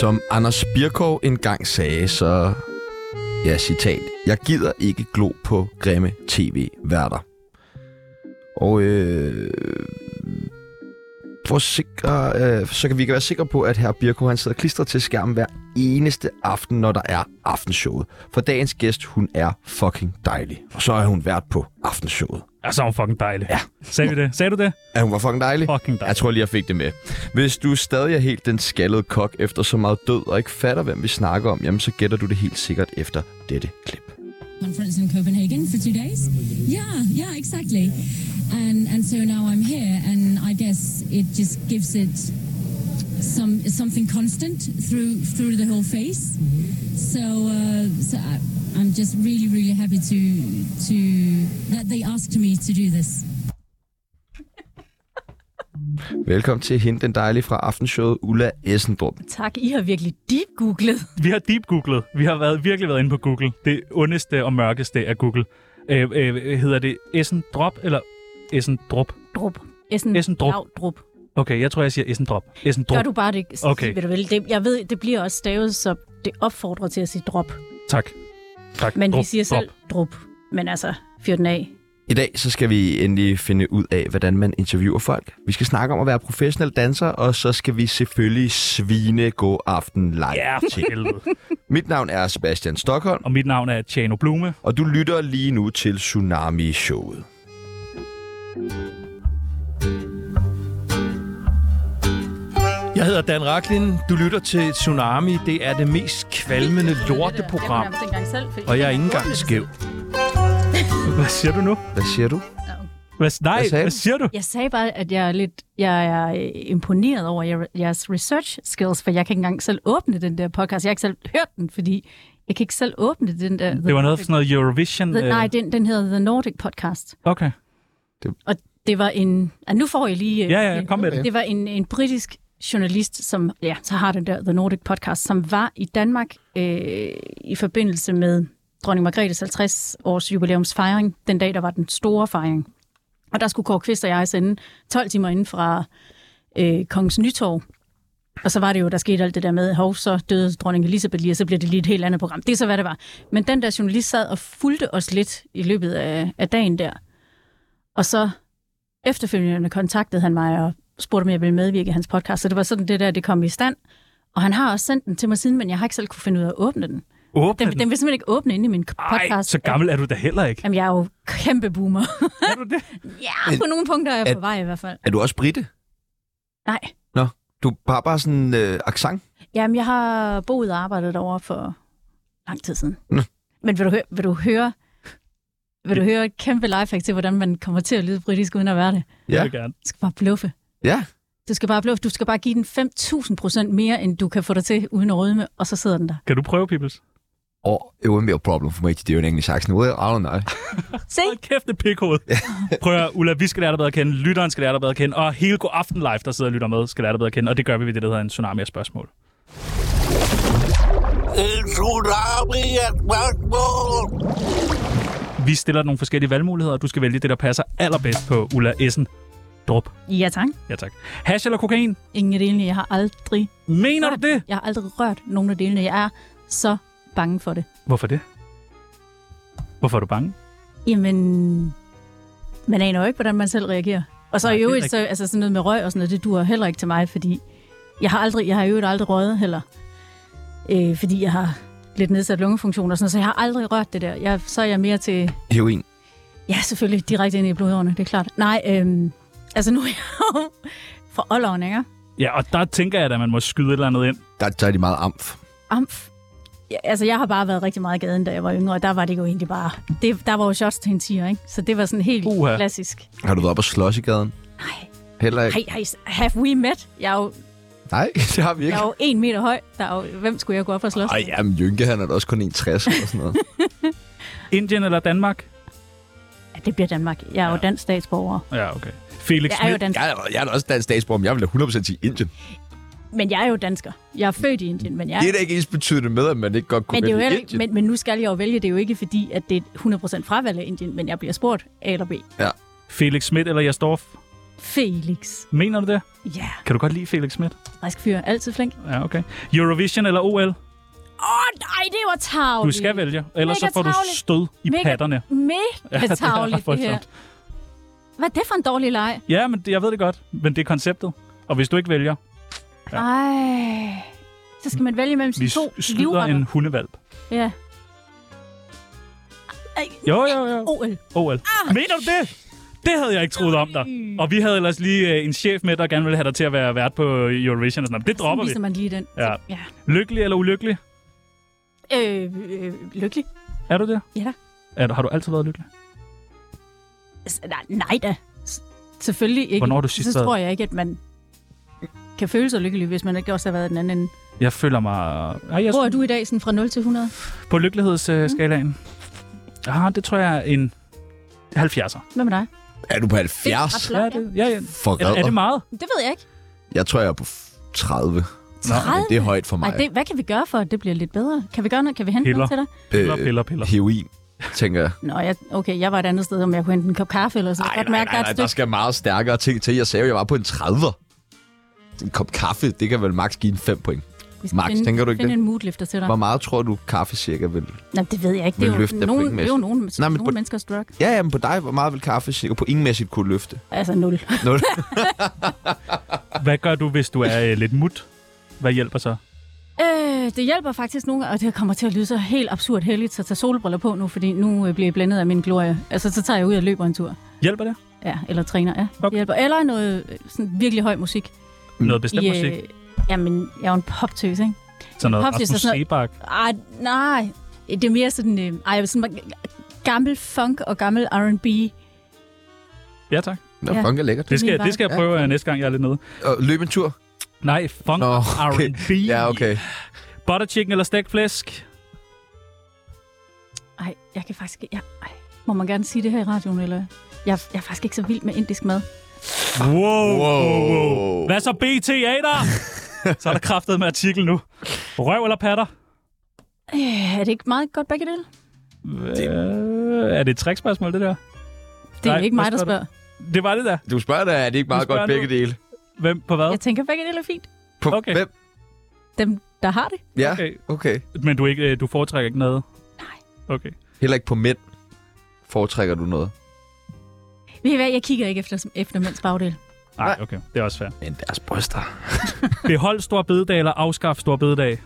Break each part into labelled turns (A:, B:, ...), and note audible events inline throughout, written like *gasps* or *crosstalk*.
A: Som Anders Birkov engang sagde, så... Ja, citat. Jeg gider ikke glo på grimme tv-værter. Og øh, for at sikre, øh, så kan vi kan være sikre på, at herr Birko han sidder klistret til skærmen hver eneste aften, når der er aftenshowet. For dagens gæst, hun er fucking dejlig. Og så er hun vært på aftenshowet.
B: Ja, så er hun fucking dejlig.
A: Ja.
B: Sagde vi det? Sagde du det?
A: Ja, hun var fucking dejlig.
B: Fucking
A: Jeg
B: dejlig.
A: tror lige, jeg fik det med. Hvis du stadig er helt den skaldede kok efter så meget død og ikke fatter, hvem vi snakker om, jamen så gætter du det helt sikkert efter dette klip.
C: conference in Copenhagen for two days. Yeah, yeah, exactly. And and so now I'm here, and I guess it just gives it some something constant through through the whole phase. So uh, so I, I'm just really really happy to to that they asked me to do this.
A: Velkommen til hende, den dejlige fra aftenshowet, Ulla Essendrup.
D: Tak, I har virkelig deep googlet.
B: Vi har deep googlet. Vi har været, virkelig været inde på Google. Det ondeste og mørkeste af Google. Øh, øh, hedder det Essendrop eller Essendrup?
D: Drup. Essen,
B: Essendrup.
D: Drup.
B: Okay, jeg tror, jeg siger Essendrop. Essendrup.
D: Gør du bare det,
B: Okay.
D: okay. ved du vel. Det, jeg ved, det bliver også stavet, så det opfordrer til at sige drop.
B: Tak. Tak.
D: Men
B: Drup,
D: vi siger
B: drop.
D: selv drup. Men altså, fyr den af.
A: I dag så skal vi endelig finde ud af, hvordan man interviewer folk. Vi skal snakke om at være professionel danser, og så skal vi selvfølgelig svine god aften live
B: Ja,
A: til.
B: for helvede.
A: Mit navn er Sebastian Stockholm,
B: Og mit navn er Tjano Blume.
A: og du lytter lige nu til Tsunami-showet.
E: Jeg hedder Dan Raklin. Du lytter til Tsunami. Det er det mest kvalmende lorteprogram. Og jeg er ikke engang skæv.
B: Hvad siger du nu?
A: Hvad siger du?
B: Hvad, nej,
A: Hvad sagde
B: hvad
A: du?
B: siger du?
D: Jeg sagde bare, at jeg er lidt jeg er øh, imponeret over jer- jeres research skills, for jeg kan ikke engang selv åbne den der podcast. Jeg har ikke selv hørt den, fordi jeg kan ikke selv åbne den der.
B: Det var noget for sådan noget Eurovision.
D: The,
B: øh,
D: nej, den, den hedder The Nordic Podcast.
B: Okay.
D: Og det var en... Ah, nu får jeg lige... øh,
B: Ja, ja, kom med det.
D: Det var en, en britisk journalist, som ja, så har den der The Nordic Podcast, som var i Danmark øh, i forbindelse med dronning Margrethes 50 års jubilæumsfejring, den dag, der var den store fejring. Og der skulle Kåre Kvist og jeg sende 12 timer inden fra øh, Kongens Nytorv. Og så var det jo, der skete alt det der med, hov, så døde dronning Elisabeth lige, og så blev det lige et helt andet program. Det er så, hvad det var. Men den der journalist sad og fulgte os lidt i løbet af, af dagen der. Og så efterfølgende kontaktede han mig og spurgte, om jeg ville medvirke i hans podcast. Så det var sådan det der, det kom i stand. Og han har også sendt den til mig siden, men jeg har ikke selv kunne finde ud af at åbne den.
B: Åbne
D: Den, den vil simpelthen ikke åbne inde i min podcast.
B: Ej, så gammel er du da heller ikke.
D: Jamen, jeg er jo kæmpe boomer.
B: Er du det?
D: ja, *laughs* på nogle punkter er jeg
A: at-
D: på vej i hvert fald.
A: Er du også britte?
D: Nej.
A: Nå, du har bare sådan en øh, accent.
D: Jamen, jeg har boet og arbejdet over for lang tid siden.
A: Nå.
D: Men vil du høre, vil du høre, vil du høre et kæmpe lifehack til, hvordan man kommer til at lyde britisk uden at være det?
B: Jeg
A: Ja.
B: vil gerne.
D: Du skal bare bluffe.
A: Ja.
D: Du skal bare bluffe. Du skal bare give den 5.000% mere, end du kan få dig til uden at rødme, og så sidder den der.
B: Kan du prøve, Peoples?
A: Or it wouldn't be a problem for me to do an English accent. Well, I don't know.
D: Se,
B: Hold kæft, det er pikhoved. Prøv at høre, Ulla, vi skal lære dig bedre at kende, lytteren skal lære dig bedre at kende, og hele god aften live, der sidder og lytter med, skal lære dig bedre at kende, og det gør vi ved det, der hedder en tsunami af spørgsmål. Vi stiller dig nogle forskellige valgmuligheder, og du skal vælge det, der passer allerbedst på Ulla Essen. Drup.
D: Ja, tak.
B: Ja, tak. Hash eller kokain?
D: Ingen af delene. Jeg har aldrig,
B: Mener du det?
D: jeg har aldrig rørt nogen af delene. Jeg er så bange for det.
B: Hvorfor det? Hvorfor er du bange?
D: Jamen, man aner jo ikke, hvordan man selv reagerer. Og så
B: Nej,
D: Nej, i
B: det er
D: øvrigt, så, altså sådan noget med røg og sådan noget, det duer heller ikke til mig, fordi jeg har, aldrig, jeg har i øvrigt aldrig røget heller. Øh, fordi jeg har lidt nedsat lungefunktion og sådan noget, så jeg har aldrig rørt det der. Jeg, så er jeg mere til
A: *laughs* Heroin.
D: Ja, selvfølgelig. Direkte ind i blodårene, det er klart. Nej, øhm, altså nu er jeg jo fra Ålderen, ikke?
B: Ja, og der tænker jeg, at man må skyde et eller andet ind.
A: Der, der er de meget amf.
D: Amf. Ja, altså, jeg har bare været rigtig meget i gaden, da jeg var yngre, og der var det jo egentlig bare... Det, der var jo shots til en tiger, ikke? Så det var sådan helt
B: Uha.
D: Uha. klassisk.
A: Har du været op og slås i gaden?
D: Nej.
A: Heller ikke.
D: Hey, hey, have we met? Jeg er jo,
A: Nej, *laughs* det har vi
D: jeg
A: ikke.
D: er jo en meter høj. Der er jo, hvem skulle jeg gå op og slås?
A: Ej, jamen Jynke, han er da også kun 1,60 eller sådan
D: *laughs*
A: noget.
B: Indien eller Danmark?
D: Ja, det bliver Danmark. Jeg er jo dansk statsborger.
B: Ja, okay. Felix
D: Jeg er jo
B: Schmidt.
D: dansk,
A: jeg, er, jeg er da også dansk statsborger, men jeg vil da 100% sige Indien.
D: men jeg er jo dansker. Jeg er født i Indien, men jeg
A: Det er da ikke ens betydende med, at man ikke godt kunne
D: Men, det er jo
A: vælge
D: heller,
A: Indien.
D: men, men nu skal jeg jo vælge, det er jo ikke fordi, at det er et 100% fravalg af Indien, men jeg bliver spurgt A eller B.
B: Felix Schmidt eller Jastorf?
D: Felix.
B: Mener du det?
D: Ja, yeah.
B: Kan du godt lide Felix Schmidt?
D: frisk fyr. Altid flink. Åh,
B: Ja, okay. Eurovision eller OL?
D: oh, nej, det var
B: Du
D: tavligt.
B: skal vælge, ellers
D: Mega
B: så får du
D: tarveligt.
B: stød i
D: Mega-
B: patterne. *laughs* Ja,
D: Mega
B: det er
D: tavligt, det her.
B: voldsomt.
D: Hvad er det for en dårlig leg?
B: Ja, men det, jeg ved det godt, men det er konceptet. Og hvis du ikke vælger, Ja.
D: Ja. Ej, så skal man vælge mellem
B: vi
D: sine to
B: s- skyder en hundevalp.
D: Ja. Ej,
B: Jo, jo, jo.
D: OL.
B: OL. Mener du det? Det havde jeg ikke troet om dig. Og vi havde ellers lige øh, en chef med, der gerne ville have dig til at være vært på Eurovision og sådan noget. Det dropper
D: Så
B: vi.
D: viser man lige den.
B: Ja.
D: ja.
B: Lykkelig eller ulykkelig?
D: Øh, øh, lykkelig.
B: Er du det?
D: Ja da.
B: Er du, har du altid været lykkelig?
D: S- Nej, nej da. S- Selvfølgelig ikke.
B: Hvornår har du sidst
D: Så
B: været-
D: tror jeg ikke, at man kan føle sig lykkelig, hvis man ikke også har været i den anden ende.
B: Jeg føler mig... Ej, jeg
D: Hvor er du i dag sådan fra 0 til 100?
B: På lykkelighedsskalaen?
D: Mm.
B: Ah, det tror jeg er en 70'er.
D: Hvad med dig?
A: Er du på
D: Det er
A: 70?
D: ret
B: Ja,
D: flot, ja.
B: det, ja, ja.
A: For
B: Er, er det meget?
D: Det ved jeg ikke.
A: Jeg tror, jeg er på f- 30.
B: Nå,
D: 30?
A: Det er højt for mig.
D: Ej, det, hvad kan vi gøre for, at det bliver lidt bedre? Kan vi gøre noget? Kan vi hente
B: Piller.
D: noget til dig?
B: Piller,
A: Øh,
B: piller, piller.
A: Heroin, tænker jeg.
D: Nå, jeg, okay, jeg var et andet sted, om jeg kunne hente en kop kaffe eller sådan. Jeg kan godt mærke, der er
A: der
D: et stykke.
A: skal meget stærkere ting til. Jeg sagde, at jeg var på en 30'er. En kop kaffe, det kan vel maks give en 5 point.
D: Vi skal
A: Max,
D: finde,
A: tænker du ikke
D: finde
A: det?
D: en moodlifter til dig.
A: Hvor meget tror du, kaffe cirka vil?
D: Nå, det ved jeg ikke. Det
A: Vil
D: er
A: løfte
D: jo
A: dig
D: nogen, det er jo
A: pointmæssigt.
D: nogen, altså,
A: Nej, men
D: nogen
A: på-
D: menneskers drug.
A: Ja, ja, men på dig, hvor meget vil kaffe cirka på ingenmæssigt kunne løfte?
D: Altså nul. *laughs*
A: Nul.
B: Hvad gør du, hvis du er øh, lidt mut? Hvad hjælper så?
D: Øh, det hjælper faktisk nogle gange, og det kommer til at lyde så helt absurd heldigt, så tag solbriller på nu, fordi nu øh, bliver jeg blændet af min glorie. Altså, så tager jeg ud og løber en tur.
B: Hjælper det?
D: Ja, eller træner, ja.
B: Okay.
D: Det hjælper. Eller noget øh, sådan virkelig høj musik.
A: Mm.
B: Noget bestemt
D: I, øh,
B: musik?
D: Jamen, jeg er jo en poptøs, ikke?
B: Sådan noget
D: Hoftis er
B: Rasmus
D: sådan
B: Sebak?
D: noget- Ej, nej. Det er mere sådan, øh, ej, jeg vil sådan gammel funk og gammel R&B.
B: Ja, tak.
A: Nå,
D: Ja.
A: ja. funk er lækkert.
B: Det skal,
D: min vej.
B: det skal jeg prøve ja. næste gang, jeg er lidt nede.
A: Og løb en tur?
B: Nej,
A: Nå,
B: funk, Nå,
A: okay.
B: okay. R&B.
A: Ja, okay.
B: Butter chicken eller stegt flæsk?
D: Ej, jeg kan faktisk ikke... Jeg, ej, må man gerne sige det her i radioen, eller? Jeg, jeg er faktisk ikke så vild med indisk mad.
B: Wow, wow,
A: Wow.
B: wow. Hvad så BTA
A: *laughs*
B: der? så er der kraftet med artikel nu. Røv eller patter?
D: Øh, er det ikke meget godt begge dele?
B: Øh, er det et trickspørgsmål, det der?
D: Det er
B: Nej,
D: ikke mig,
B: hvad
D: der
B: spørger
D: spørger.
B: Det var det der.
A: Du spørger da, er det ikke
B: Du
A: meget
B: spørger
A: godt begge
B: nu.
A: dele?
B: Hvem på hvad?
D: Jeg tænker, begge dele er fint.
A: På
B: Okay.
A: hvem?
D: Dem, der har det.
A: Ja, okay.
B: Okay.
A: okay.
B: Men du, er ikke, øh, du foretrækker ikke noget?
D: Nej.
B: Okay.
A: Heller ikke på mænd foretrækker du noget.
D: Ved I hvad, jeg kigger ikke efter, efter mænds bagdel.
B: Nej, okay. Det er også fair.
A: Men deres bryster.
B: Behold stor bededag eller afskaf stor bededag?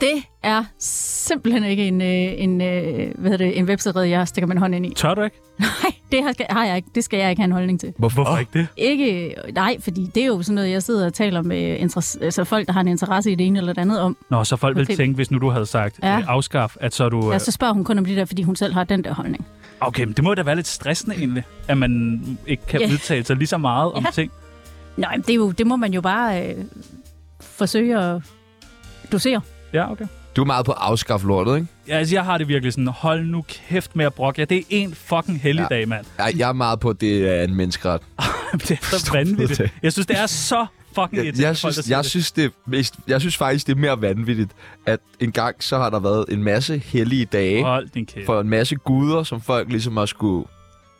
D: Det er simpelthen ikke en, øh, en, øh, hvad hedder det, en webside, jeg stikker min hånd ind i.
B: Tør du ikke?
D: Nej, det har, har jeg ikke. Det skal jeg ikke have en holdning til.
B: Hvorfor, Hvorfor ikke det?
D: Ikke, øh, nej, fordi det er jo sådan noget, jeg sidder og taler med interes- altså folk, der har en interesse i det ene eller det andet om.
B: Nå, så folk vil
D: Okay.
B: tænke, hvis nu du havde sagt
D: Ja.
B: ja. afskaf, at så er du...
D: Ja,
B: øh,
D: så spørger hun kun om det der, fordi hun selv har den der holdning.
B: Okay, men det må da være lidt stressende egentlig, at man ikke kan
D: Ja.
B: yeah. udtale sig lige så meget om
D: Ja.
B: ting.
D: Nej, det, er jo, det må man jo bare øh, forsøge at dosere.
B: Ja, okay.
A: Du er meget på at afskaffe lortet, ikke?
B: Ja, altså, jeg har det virkelig sådan, hold nu kæft med at brokke jer. Det er en fucking helligdag,
A: *laughs*
B: ja. mand.
A: Jeg, jeg er meget på, at det er en menneskeret.
B: det er så
A: Forstår
B: vanvittigt.
A: du det?
B: Jeg synes, det er så fucking
A: Jeg,
B: irriterende,
A: jeg,
B: folk, der
A: synes,
B: siger
A: jeg,
B: det.
A: synes, det er mest, jeg synes faktisk, det er mere vanvittigt, at en gang så har der været en masse hellige dage
B: Hold din kæft.
A: for en masse guder, som folk ligesom har skulle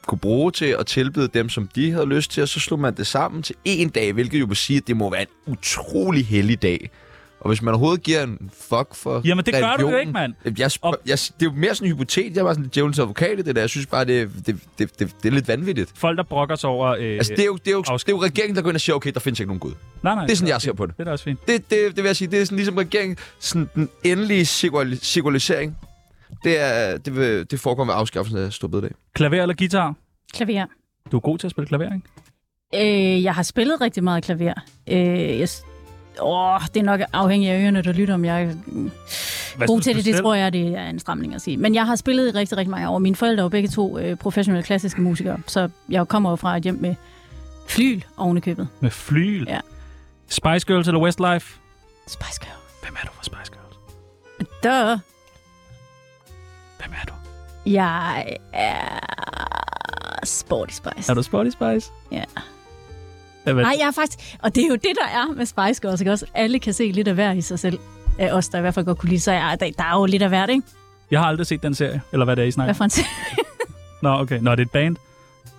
A: kunne bruge til at tilbyde dem, som de havde lyst til, og så slog man det sammen til en dag, hvilket jo vil sige, at det må være en utrolig hellig dag. Og hvis man overhovedet giver en fuck for
B: Jamen, det gør du jo
A: religionen-
B: ikke, mand.
A: Jeg, spørg,
B: Og-
A: jeg, det er jo mere sådan en hypotet. Jeg var sådan lidt djævelens advokat i det der. Jeg synes bare, det, det, det, det, det er lidt vanvittigt.
B: Folk, der brokker sig over... Øh...
A: Altså, det er, jo, det, er jo,
B: afskaffe.
A: det er jo regeringen, der går ind og siger, okay, der findes ikke nogen Gud.
B: nej, nej,
A: Det er sådan, jeg ser på det.
B: Det er da også fint.
A: Det, det, det vil jeg sige, det er sådan ligesom regeringen, sådan den endelige sekul- sekularisering, det, er, det, vil, det foregår ved afskaffelsen af Storbededag.
B: Klaver eller guitar?
D: Klaver.
B: Du er god til at spille klaver, ikke?
D: Øh, jeg har spillet rigtig meget klaver. Øh, jeg, s- åh, det er nok afhængigt af ørerne, der lytter, om jeg
B: Hvad
D: god
B: synes
D: til
B: du
D: det, det
B: selv?
D: tror jeg, det er en stramning at sige. Men jeg har spillet i rigtig, rigtig mange år. Mine forældre er jo begge to øh, professionelle klassiske musikere, så jeg kommer jo fra et hjem med flyl ovenikøbet.
B: Med flyl.
D: Ja.
B: Spice Girls eller Westlife?
D: Spice Girls.
B: Hvem er du for Spice Girls?
D: Der.
B: Hvem er du?
D: Jeg er Sporty Spice.
B: Er du Spotty Spice?
D: Ja.
B: Ja, hvad-
D: Nej, jeg er faktisk... Og det er jo det, der er med Spice Girls, ikke også? Alle kan se lidt af hver i sig selv. Af os, der i hvert fald godt kunne lide, så jeg, der, der er jo lidt af hvert, ikke?
B: Jeg har aldrig set den serie, eller hvad det er, I snakker.
D: Hvad
B: om.
D: for en
B: Nå, okay. Nå, det er et band.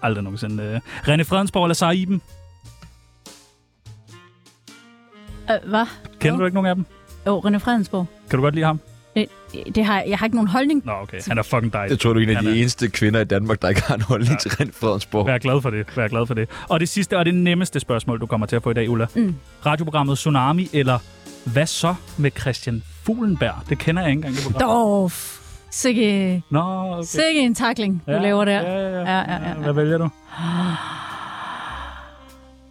B: Aldrig nogensinde. Øh. René Fredensborg eller Sara Iben?
D: Øh, hvad?
B: Kender du ikke nogen af dem?
D: Jo, René Fredensborg.
B: Kan du godt lide ham?
D: Øh, det har, jeg har ikke nogen holdning.
B: Nå, okay. Han er fucking dejlig.
A: Jeg tror, du er en af
B: Han
A: de
B: er-
A: eneste kvinder i Danmark, der ikke har en holdning til Rent Fredensborg.
B: Vær glad for det. Vær glad for det. Og det sidste og det nemmeste spørgsmål, du kommer til at få i dag, Ulla.
D: Mm.
B: Radioprogrammet Tsunami eller Hvad så med Christian Fuglenberg? Det kender jeg ikke engang. Det program.
D: Dorf. Sikke,
B: Nå, okay.
D: sikke en takling, du laver der.
B: Ja, ja, ja.
D: Ja, ja, ja, ja.
B: Hvad vælger du?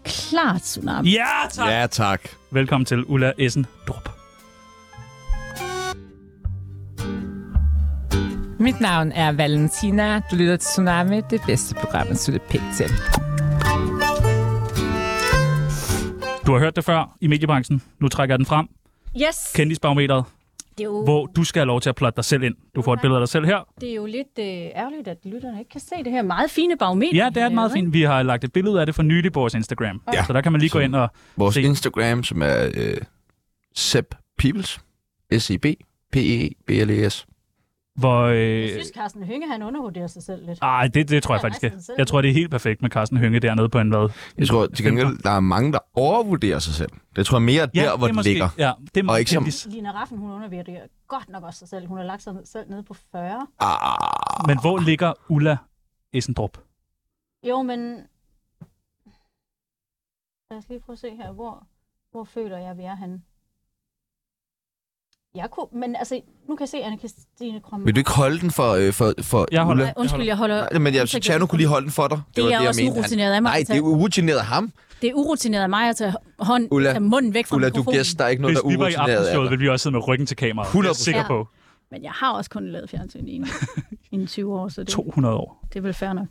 D: Klart tsunami.
B: Ja, tak! Ja.
A: Ja, tak.
B: Velkommen til Ulla Essen Drup.
F: Mit navn er Valentina. Du lytter til Tsunami, det bedste program, at slutte pænt til.
B: Du har hørt det før i mediebranchen. Nu trækker jeg den frem.
D: Yes.
B: Kendisbarometeret,
D: Det er jo,
B: hvor du skal have lov til at plotte dig selv ind. Du får et billede af dig selv her.
D: det er jo lidt øh, ærgerligt, at lytterne ikke kan se det her meget fine barometer.
B: Ja, det er
D: vi
B: et meget
D: lavede, ikke?
B: fint. Vi har lagt et billede af det fra nylig på vores Instagram.
A: Ja.
B: Så der kan man lige gå ind og...
A: Vores
B: Se.
A: Se. Instagram, som er øh, Sepp E Peoples. S-E-B. P-E-B-L-E-S.
B: Hvor,
D: Jeg
B: øh,
D: synes, Carsten Hønge, han undervurderer sig selv lidt.
B: Ej, det, det tror jeg
D: Ja,
B: faktisk
D: resten
B: ikke.
D: selv.
B: Jeg tror, det er helt perfekt med Carsten Hønge dernede på en hvad.
A: Jeg tror til gengæld, der er mange, der overvurderer sig selv. Det tror jeg mere er der, hvor
B: det
A: det,
B: er måske,
A: ligger.
B: Ja, det er
A: Og ikke som-
B: kendis.
D: Lina Raffen, hun undervurderer godt nok også sig selv. Hun har lagt sig selv nede på 40.
A: Ah,
B: Men hvor ligger Ulla Essendrup?
D: Jo, men... Lad os lige prøve at se her. Hvor, hvor føler jeg, vi er henne? Jeg kunne... Men altså, nu kan jeg se, at Anne-Kristine Krummer...
A: vil du ikke holde den for, øh, for, for
B: Jeg holder.
A: Ulla?
D: Undskyld, jeg holder...
A: Nej, men jeg, Tjerno kunne lige holde den for dig.
D: Det
A: var
D: er
A: jeg
D: også
A: mente.
D: urutineret af mig
A: Nej,
D: at
A: det er
D: tage-
A: urutineret af ham.
D: Det er urutineret af mig at tage hånd,
A: Ulla,
D: tage munden væk fra
A: Ulla, du
D: mikrofonen.
A: gæst, der er ikke noget,
B: Hvis
A: der er
B: vi var i
A: urutineret af
B: aftenshowet,
A: dig.
B: ville vi også sidde med ryggen til kameraet. 100%. Jeg er
A: 100%.
B: sikker på.
D: Men jeg har også kun lavet fjernsyn i en,
A: *laughs*
D: i en 20 år, så det,
B: 200 år.
D: det er vel fair nok.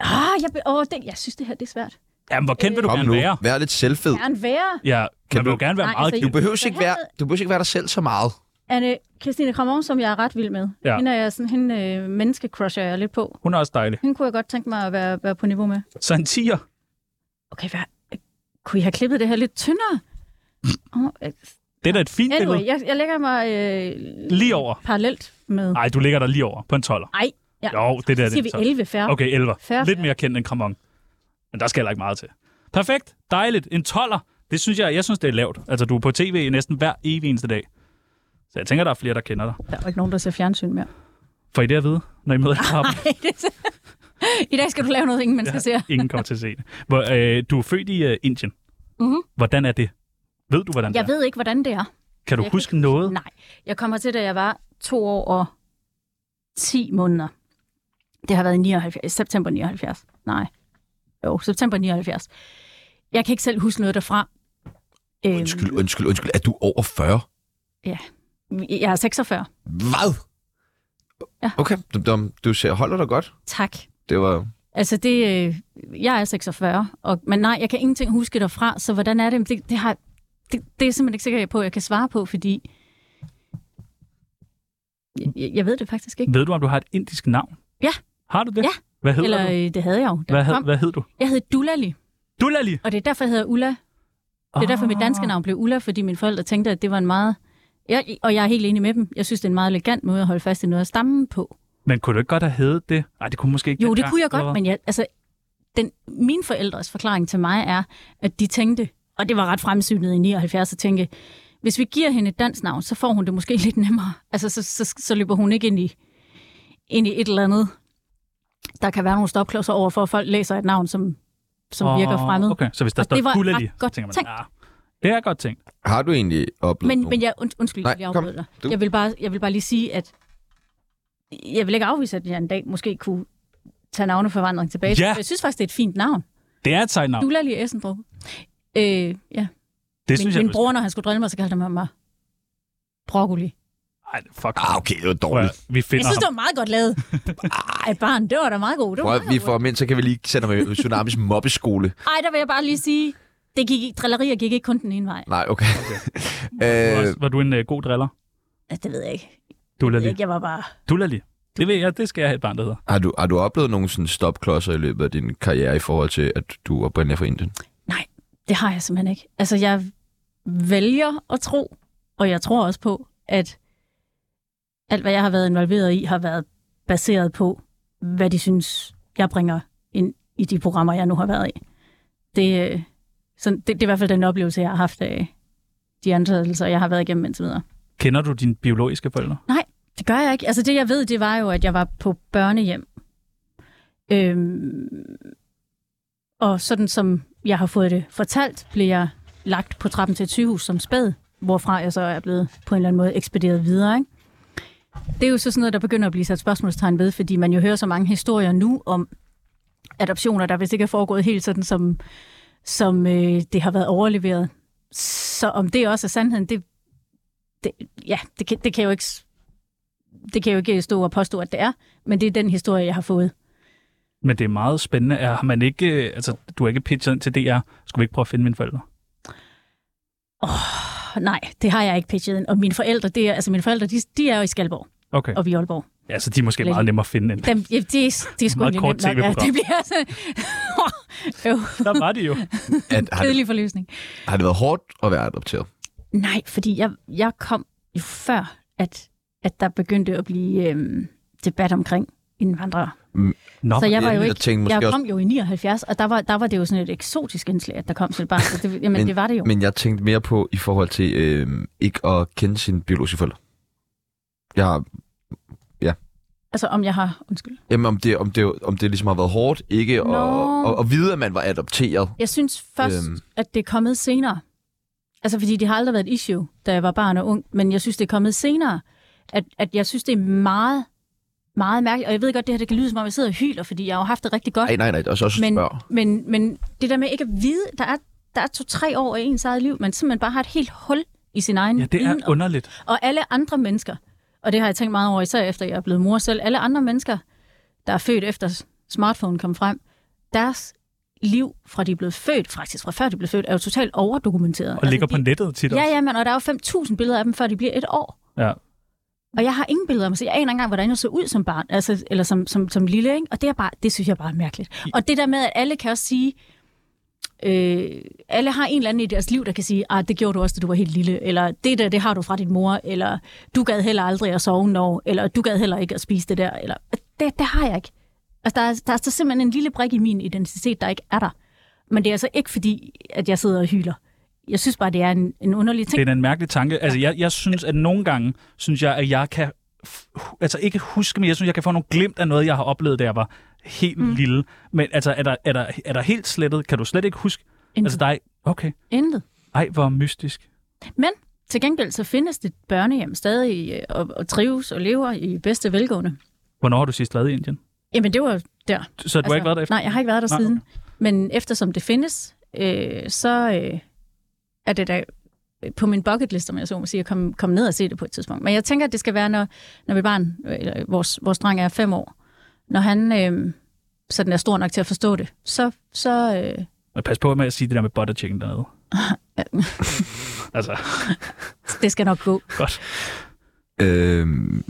D: Ah, jeg, be- åh, det, jeg synes, det her det er svært.
B: Jamen, hvor kendt vil du
A: Kom
B: gerne
A: nu,
B: være?
A: vær lidt selvfed.
D: Gerne være.
B: Ja, kan
A: Kan
B: man vil
A: du-
B: jo gerne være
D: Nej,
B: meget
D: altså,
A: Du
B: kendt.
A: behøver ikke være, du behøver ikke være dig selv så meget.
D: Anne Christine Kramon, som jeg er ret vild med.
B: Ja.
D: Ja. Hende er jeg sådan, hende øh, menneskecrusher jeg er lidt på.
B: Hun er også dejlig.
D: Hende kunne jeg godt tænke mig at være, være på niveau med.
B: Så en tiger.
D: Okay, hvad, kunne I have klippet det her lidt tyndere? Oh, øh,
B: Det er da et fint billede.
D: anyway, jeg, jeg lægger mig øh,
B: Lige over.
D: parallelt med...
B: Nej, du ligger der lige over på en toller.
D: Ej, ja.
B: Jo, det der
D: Så
B: det er
D: siger
B: en
D: vi
B: toller.
D: 11 færre.
B: Okay, 11.
D: Fair.
B: Lidt mere kendt end Kramon. Men der skal heller ikke meget til. Perfekt. Dejligt. En toller. Det synes jeg, jeg synes, det er lavt. Altså, du er på tv næsten hver evig eneste dag. Så jeg tænker, der er flere, der kender dig.
D: Der er jo ikke nogen, der ser fjernsyn mere. *laughs*
B: Får I det at vide, når I møder ham?
D: I dag skal du lave noget, ingen mennesker ser.
B: Ingen kommer til at se det. Hvor, øh, du er født i øh, Indien.
D: Mhm.
B: Hvordan er det? Ved du, hvordan det
D: Jeg ved ikke, hvordan det er.
B: er? Kan du
D: jeg kan
B: huske noget?
D: Nej, jeg kommer til, da jeg var to år og 10 måneder. Det har været i 79, september 79. Nej, jo, september 79. Jeg kan ikke selv huske noget derfra. Øhm,
A: Undskyld, undskyld, undskyld. Er du over 40?
D: Jeg er 46.
A: Hvad?
D: Ja.
A: Okay, dum, dum. du ser, holder dig godt.
D: Tak.
A: Det var...
D: Altså, det, øh, jeg er 46, og, men nej, jeg kan ingenting huske derfra, så hvordan er det? Det, det, har, det, det er jeg simpelthen ikke sikker på, at jeg kan svare på, fordi jeg, jeg ved det faktisk ikke.
B: Ved du, om du har et indisk navn?
D: Ja.
B: Har du det?
D: Ja.
B: Hvad hedder
D: Eller
B: du?
D: øh, det havde jeg jo. da
B: Hvad,
D: jeg
B: hed,
D: kom.
B: hvad hed du?
D: Jeg hed Dulali,
B: Dulali.
D: og det er derfor, jeg hedder Ulla. Det er derfor, mit danske
B: Ah.
D: navn blev Ulla, fordi mine forældre tænkte, at det var en meget... Jeg, og jeg er helt enig med dem. Jeg synes, det er en meget elegant måde at holde fast i noget af stammen på.
B: Men kunne du ikke godt have heddet det? Nej, det kunne måske ikke
D: Jo, det
B: dengang,
D: kunne jeg
B: eller
D: godt,
B: hvad?
D: men jeg, altså, den, mine forældres forklaring til mig er, at de tænkte, og det var ret fremsynet i 79, at tænke, hvis vi giver hende et dansk navn, så får hun det måske *laughs* lidt nemmere. Altså, så, så, så løber hun ikke ind i, ind i et eller andet. Der kan være nogle stopklodser over for, at folk læser et navn, som, som oh, virker
B: Åh,
D: fremmed. Okay.
B: Okay, så hvis der
D: Og
B: står
D: det var
B: Dulali,
D: ret godt
B: tænker man,
D: tænkt.
B: ah, det er godt tænkt.
A: Har du egentlig oplevet
D: Men,
A: nogen?
D: men jeg, und, undskyld,
A: Nej,
D: Nej, jeg
A: kom,
D: afbryder dig.
A: du.
D: Jeg vil, bare, jeg vil bare lige sige, at jeg vil ikke afvise, at jeg en dag måske kunne tage navneforvandring tilbage.
B: Ja.
D: For Jeg synes faktisk, det er et fint navn.
B: Det er et sejt navn.
D: Dulali Essendrup. Øh, ja.
B: Det
D: min,
B: synes jeg,
D: min
B: du-
D: bror, når han skulle drille mig, så kaldte han mig broccoli.
B: Ej, fuck.
A: Ah, okay, det var
B: Prøv
A: dårligt.
B: at- Vi
D: Jeg
B: finder
D: synes, det
B: ham.
D: var meget godt
B: *laughs*
D: lavet. Ej, barn, det var da meget godt. Det var
A: Prøv, at-
D: meget
A: vi
D: godt.
A: får mindst, så kan vi lige sende ham i Tsunamis
D: *laughs*
A: mobbeskole.
D: Ej, der vil jeg bare lige sige, det gik, ikke- drillerier gik ikke kun den ene vej.
A: Nej, okay.
B: Du var
A: okay. *laughs* øh,
B: også- Var du en øh, god driller?
D: Altså, det ved jeg ikke. Jeg, ved
B: Dulali.
D: ikke, jeg var bare...
B: Dulali. Det ved jeg, det skal jeg have et barn, der hedder.
A: har, du, har du oplevet nogle sådan stopklodser i løbet af din karriere i forhold til, at du oprindelig er fra
D: *laughs*
A: Indien?
D: Det har jeg simpelthen ikke. Altså, jeg vælger at tro, og jeg tror også på, at alt, hvad jeg har været involveret i, har været baseret på, hvad de synes, jeg bringer ind i de programmer, jeg nu har været i. Det, øh, sådan, det, det er i hvert fald den oplevelse, jeg har haft af, de ansættelser, jeg har været igennem indtil videre.
B: Kender du dine biologiske forældre?
D: Det gør jeg ikke. Altså det, jeg ved, det var jo, at jeg var på børnehjem. Øhm, og sådan som jeg har fået det fortalt, blev jeg lagt på trappen til et sygehus som spæd, hvorfra jeg så er blevet på en eller anden måde ekspederet videre. Ikke? Det er jo så sådan noget, der begynder at blive sat spørgsmålstegn ved, fordi man jo hører så mange historier nu om adoptioner, der vist ikke er foregået helt sådan, som, som øh, det har været overleveret. Så om det også er sandheden, det, det, ja, det, kan, det kan jeg jo ikke s- det kan jeg jo ikke stå og påstå, at det er, men det er den historie, jeg har fået.
B: Men det er meget spændende. Er, har man ikke, øh, altså, du har ikke pitchet ind til DR. Skulle vi ikke prøve at finde mine forældre?
D: Nej, det har jeg ikke pitchet ind. Og mine forældre, det er, altså mine forældre, de, de er jo i Skalborg
B: Okay.
D: og vi i Aalborg.
B: Ja, så de er måske
D: Lidt.
B: meget nemmere at finde
D: *laughs*
B: end.
D: Dem, ja, det, er- det er sgu
B: Meget
D: egentlig
B: kort
D: nemt nok. Ja,
B: TV-program.
D: det bliver altså... Øv,
B: Der var de jo.
A: At, har, det,
D: kedelig forløsning.
A: har det været hårdt at være adopteret?
D: Nej, fordi jeg, jeg kom jo før, at, at der begyndte at blive øhm, debat omkring indvandrere.
B: Nå,
D: Så jeg var jo
A: Jeg
D: ikke...
A: tænkte måske
D: Jeg
A: også-
D: kom jo i 79, og der var, der var det jo sådan et eksotisk indslag, at der kom til barn. Så det, jamen,
A: Men-
D: det var det jo.
A: Men jeg tænkte mere på i forhold til øh, ikke at kende sine biologiske forældre. Jeg,
D: Altså, om jeg har... Undskyld.
A: jamen, om det, om, det, om det ligesom har været hårdt, ikke
D: Nå.
A: at, at, at vide, at man var adopteret.
D: Jeg synes først,
A: Øhm.
D: øhm. at det er kommet senere. Altså, fordi det har aldrig været et issue, da jeg var barn og ung, men jeg synes, det er kommet senere. At, at jeg synes, det er meget, meget mærkeligt. Og jeg ved godt, det her det kan lyde, som om jeg sidder og hyler, fordi jeg har jo haft det rigtig godt.
A: Nej, nej, nej, det er også, også men...
D: men,
A: spørg.
D: men, men det der med ikke at vide, der er, der er to-tre år af ens eget liv, man simpelthen bare har et helt hul i sin egen
B: Ja, det er
D: viden og
B: underligt.
D: og alle andre mennesker, og det har jeg tænkt meget over, især efter jeg er blevet mor selv, alle andre mennesker, der er født efter smartphone kom frem, deres liv fra de er blevet født, faktisk fra før de blev født, er jo totalt overdokumenteret.
B: Og ligger
D: de,
B: på nettet tit
D: Altså, Ja,
B: også.
D: ja, men og der er jo 5.000 billeder af dem, før de bliver et år.
B: Ja.
D: Og jeg har ingen billeder af mig, så jeg aner ikke engang, hvordan jeg så ud som barn, altså, eller som, som, som lille, ikke? og det, er bare, det synes jeg bare er mærkeligt. Og det der med, at alle kan også sige, øh, alle har en eller anden i deres liv, der kan sige, at det gjorde du også, da du var helt lille, eller det der, det har du fra din mor, eller du gad heller aldrig at sove når, eller du gad heller ikke at spise det der, eller det, det har jeg ikke. Altså, der er, der er så simpelthen en lille brik i min identitet, der ikke er der. Men det er altså ikke fordi, at jeg sidder og hyler. Jeg synes bare, det er en, en underlig ting.
B: Det er da en mærkelig tanke. Altså, jeg, jeg synes, at nogle gange, synes jeg, at jeg kan... f- Altså, ikke huske, men jeg synes, jeg kan få nogle glimt af noget, jeg har oplevet, da jeg var helt mm. lille. Men altså, er der, er, der, er der helt slettet? Kan du slet ikke huske?
D: Intet.
B: Altså, dig... Okay.
D: Intet.
B: Ej, hvor mystisk.
D: Men til gengæld så findes det børnehjem stadig øh, og, og trives og lever i bedste velgående.
B: Hvornår har du sidst været i Indien?
D: Jamen det var der.
B: Så du altså, har ikke været der efter?
D: Nej, jeg har ikke været der
B: Nej,
D: nej, siden. Men eftersom det findes, øh, så øh, er det da øh, på min bucket list, om jeg så må sige, at komme, komme ned og se det på et tidspunkt. Men jeg tænker, at det skal være, når, når vi barn, øh, eller vores, vores dreng er fem år, når han øh, sådan er stor nok til at forstå det, så, så øh,
B: Og pas på med at sige det der med butter chicken
D: *laughs*
B: dernede. altså,
D: det skal nok gå.
B: godt.
A: Øhm,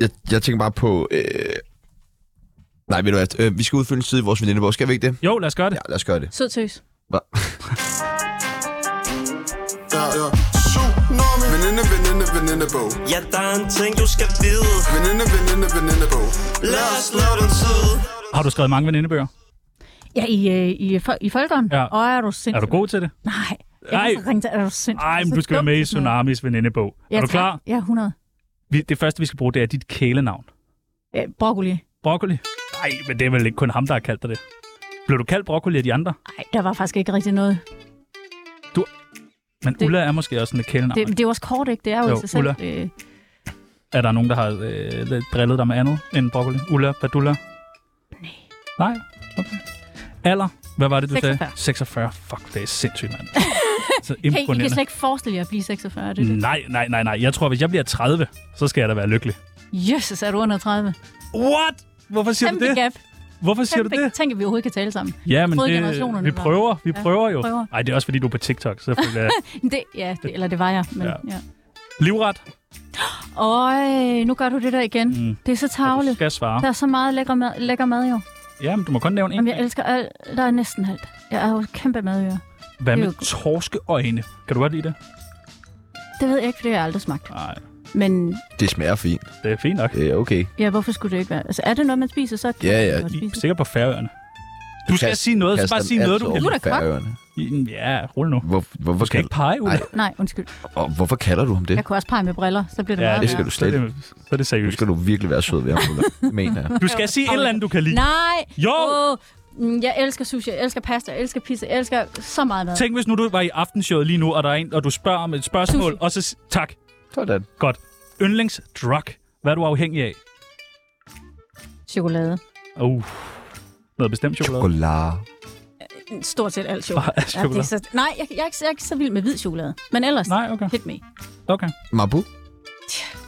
A: jeg, jeg tænker bare på... Øh, nej, ved du hvad? Øh, vi skal udfylde en side i vores venindebog. Skal vi ikke det?
B: Jo, lad os gøre det.
A: Ja, lad os gøre det.
D: Sød tøs.
G: Ja, ja. Tsunami. Veninde, veninde, venindebog.
H: Ja, der er en ting, du skal vide.
G: Veninde, veninde, venindebog.
H: Lad os lave den tid.
B: Har du skrevet mange venindebøger?
D: Ja, i, øh, i, fol- i folkeren.
B: Ja.
D: Og er du sindssyg?
B: Er du god til det?
D: Nej.
B: Ej.
D: Jeg kan så ringe til, er du sindssygt? Altså,
B: Nej, men du skal være med i Tsunamis venindebog.
D: Ja,
B: er du
D: tak.
B: klar?
D: Ja, 100.
B: Vi, det første, vi skal bruge, det er dit kælenavn.
D: Ja, Øh, broccoli.
B: Broccoli? Nej, men det er vel ikke kun ham, der har kaldt dig det. Blev du kaldt broccoli af de andre?
D: Nej, der var faktisk ikke rigtig noget.
B: Men
D: Det-
B: Ulla er måske også sådan et kælenavn.
D: Det, det er jo også kort, ikke? Det er jo,
B: Jo,
D: jo i sig selv.
B: Ulla.
D: Øh,
B: Er der nogen, der har øh, lidt drillet dig med andet end broccoli? Ulla, Badulla? Nej. Nej? Okay. Alder? Hvad var det, du
D: 46.
B: sagde? 46. Fuck, det er sindssygt,
D: *laughs*
B: mand. Så
D: hey, I kan
B: imponerende.
D: slet ikke forestille jer at blive 46, er det det?
B: Nej, nej, nej, nej. Jeg tror, hvis jeg bliver 30, så skal jeg da være lykkelig.
D: Jesus, er du under 30?
B: What? Hvorfor siger
D: Kæmpe
B: du det?
D: gap.
B: Hvorfor siger du
D: Kæmpe
B: det?
D: Tænk, at vi overhovedet kan tale sammen.
B: Ja, men
D: Både
B: det,
D: generationerne,
B: vi
D: hva'?
B: prøver. Vi
D: Ja,
B: prøver jo.
D: prøver.
B: Nej, det er også, fordi du er på TikTok. Så føler
D: *laughs*
B: jeg-
D: Det, ja, det, eller det var jeg. Men,
B: Ja.
D: ja. Ja.
B: Livret.
D: Øj, nu gør du det der igen.
B: Mm.
D: Mm. Det er så
B: Og du
D: tavligt.
B: skal svare.
D: Der er så meget lækker mad, lækker mad jo.
B: Ja, men du må kun nævne en.
D: Jamen, jeg elsker alt. Der er næsten alt. Jeg er jo kæmpe madører.
B: Hvad
D: det er
B: med
D: jo godt.
B: torskeøjne? Kan du godt lide det?
D: Det ved jeg ikke, for det har jeg aldrig smagt.
B: Nej,
D: Men
A: Det smager fint.
B: det er fint nok.
A: Det er okay.
D: Ja, hvorfor skulle det ikke være? Altså, er det noget, man spiser, så kan
A: Ja,
D: man
A: ja,
D: godt
B: I,
D: spise. det.
B: sikkert på færøerne. Du skal sige noget, så
A: kaster
B: bare
A: den
B: sige noget, du
A: altid over
B: kan.
D: Du er da
A: på
D: kok.
A: Færøerne.
B: Ja, rul nu.
A: Hvor, hvorfor,
B: Du skal ikke pege, Ulla.
A: Nej,
D: Nej, undskyld.
A: og hvorfor kalder du ham det?
D: Jeg kunne også pege med briller, så bliver det
B: Ja,
D: meget
A: det skal
D: værre.
A: du
B: Så er
A: slet ikke.
B: det, så er det
A: Nu
B: seriøst.
A: skal du virkelig være sød ved ham, Ulla. Det mener jeg.
B: Du skal sige et eller andet, du kan lide.
D: Nej!
B: Jo!
D: Åh, mm, jeg elsker sushi, jeg elsker pasta, jeg elsker pizza, jeg elsker så meget mad.
B: Tænk, hvis nu du var i aftenshowet lige nu, og der er en, og du spørger om et spørgsmål, og så... s- Tak.
A: Sådan.
B: Godt. Yndlingsdrug. Hvad er du afhængig af?
D: Chokolade.
B: Uh. Noget bestemt chokolade.
A: Chokolade.
D: Stort set alt chokolade.
B: Bare alt
D: Ja, det
B: chokolade.
D: er så, nej, jeg, jeg, er ikke, jeg er ikke så vild med hvid chokolade. Men ellers,
B: Nej, okay.
D: hit me.
B: Okay.
A: Mabu?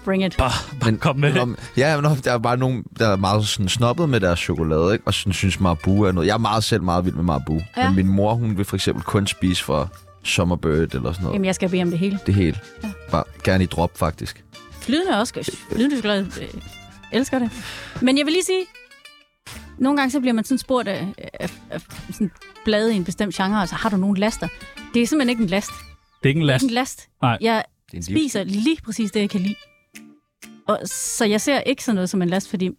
D: Bring it.
B: Bare, bare
A: Men-
B: kom med det.
A: Nå, men- ja, men nå, der er bare nogen, der er meget sådan snobbet med deres chokolade, ikke? og sådan, synes Marabu er noget. Jeg er meget selv meget vild med Marabu.
D: Ja.
A: Ja. Men min mor, hun vil for eksempel kun spise fra Summerbird eller sådan noget.
D: Jamen, jeg skal bede om det hele.
A: Det hele. Ja. Bare gerne i drop, faktisk.
D: Flydende er også. Flydende chokolade. Øh, elsker det. Men jeg vil lige sige, nogle gange så bliver man sådan spurgt af, af, af sådan blade i en bestemt genre, altså har du nogen laster? Det er simpelthen ikke en last. Det
B: Det er ikke en
D: er
B: last.
D: ikke en last.
B: Nej.
D: Jeg
A: Det er en
D: spiser lige præcis det, jeg kan lide. Og, så jeg ser ikke sådan noget som en last, fordi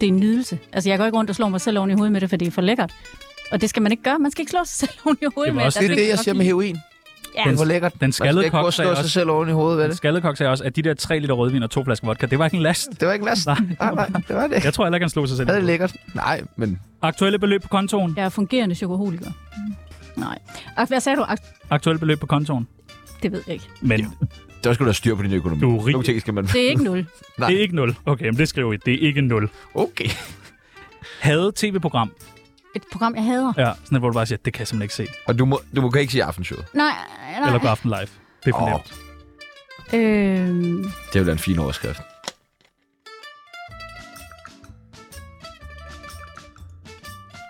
D: det er en nydelse. Altså, jeg går ikke rundt og slår mig selv oven i hovedet med det, for det er for lækkert. Og det skal man ikke gøre. Man skal ikke slå sig selv oven i hovedet
B: Jamen,
D: med Altså,
B: også
D: at der
B: det
D: er nok i.
A: heroin.
D: Ja.
A: Den var lækkert.
B: Den skaldede kok sagde også,
A: selv oven i hovedet ved
B: den skaldede kok sagde også, at de der 3 liter rødvin og to flasker vodka, det var ikke en last.
A: Det var ikke last.
B: Nej.
A: nej, nej, det var det
B: Jeg tror heller ikke, han slog sig selv.
A: lækkert. Nej, men
B: Aktuelle beløb på kontoen.
D: Jeg er fungerende chokoholiker. Nej. Ak- Hvad sagde du? Ak-
B: Aktuelle beløb på kontoen.
D: Det ved jeg ikke.
B: Men
A: der skal du have styr på din økonomi.
B: Du er rig.
A: Nogle ting skal man...
D: Det er ikke nul.
A: Nej.
B: det er ikke nul. Okay, men det skriver vi. Det er ikke nul.
A: Okay.
B: Havde tv-program.
D: Et program, jeg hader.
B: Ja, sådan et, hvor du bare siger, det kan jeg simpelthen ikke se.
A: Og du må, du må kan ikke sige aftenshowet.
D: Nej, nej.
B: Eller god aften live. Det er for
A: Åh.
B: nemt.
D: Øhm,
A: Det vil være en fin overskrift.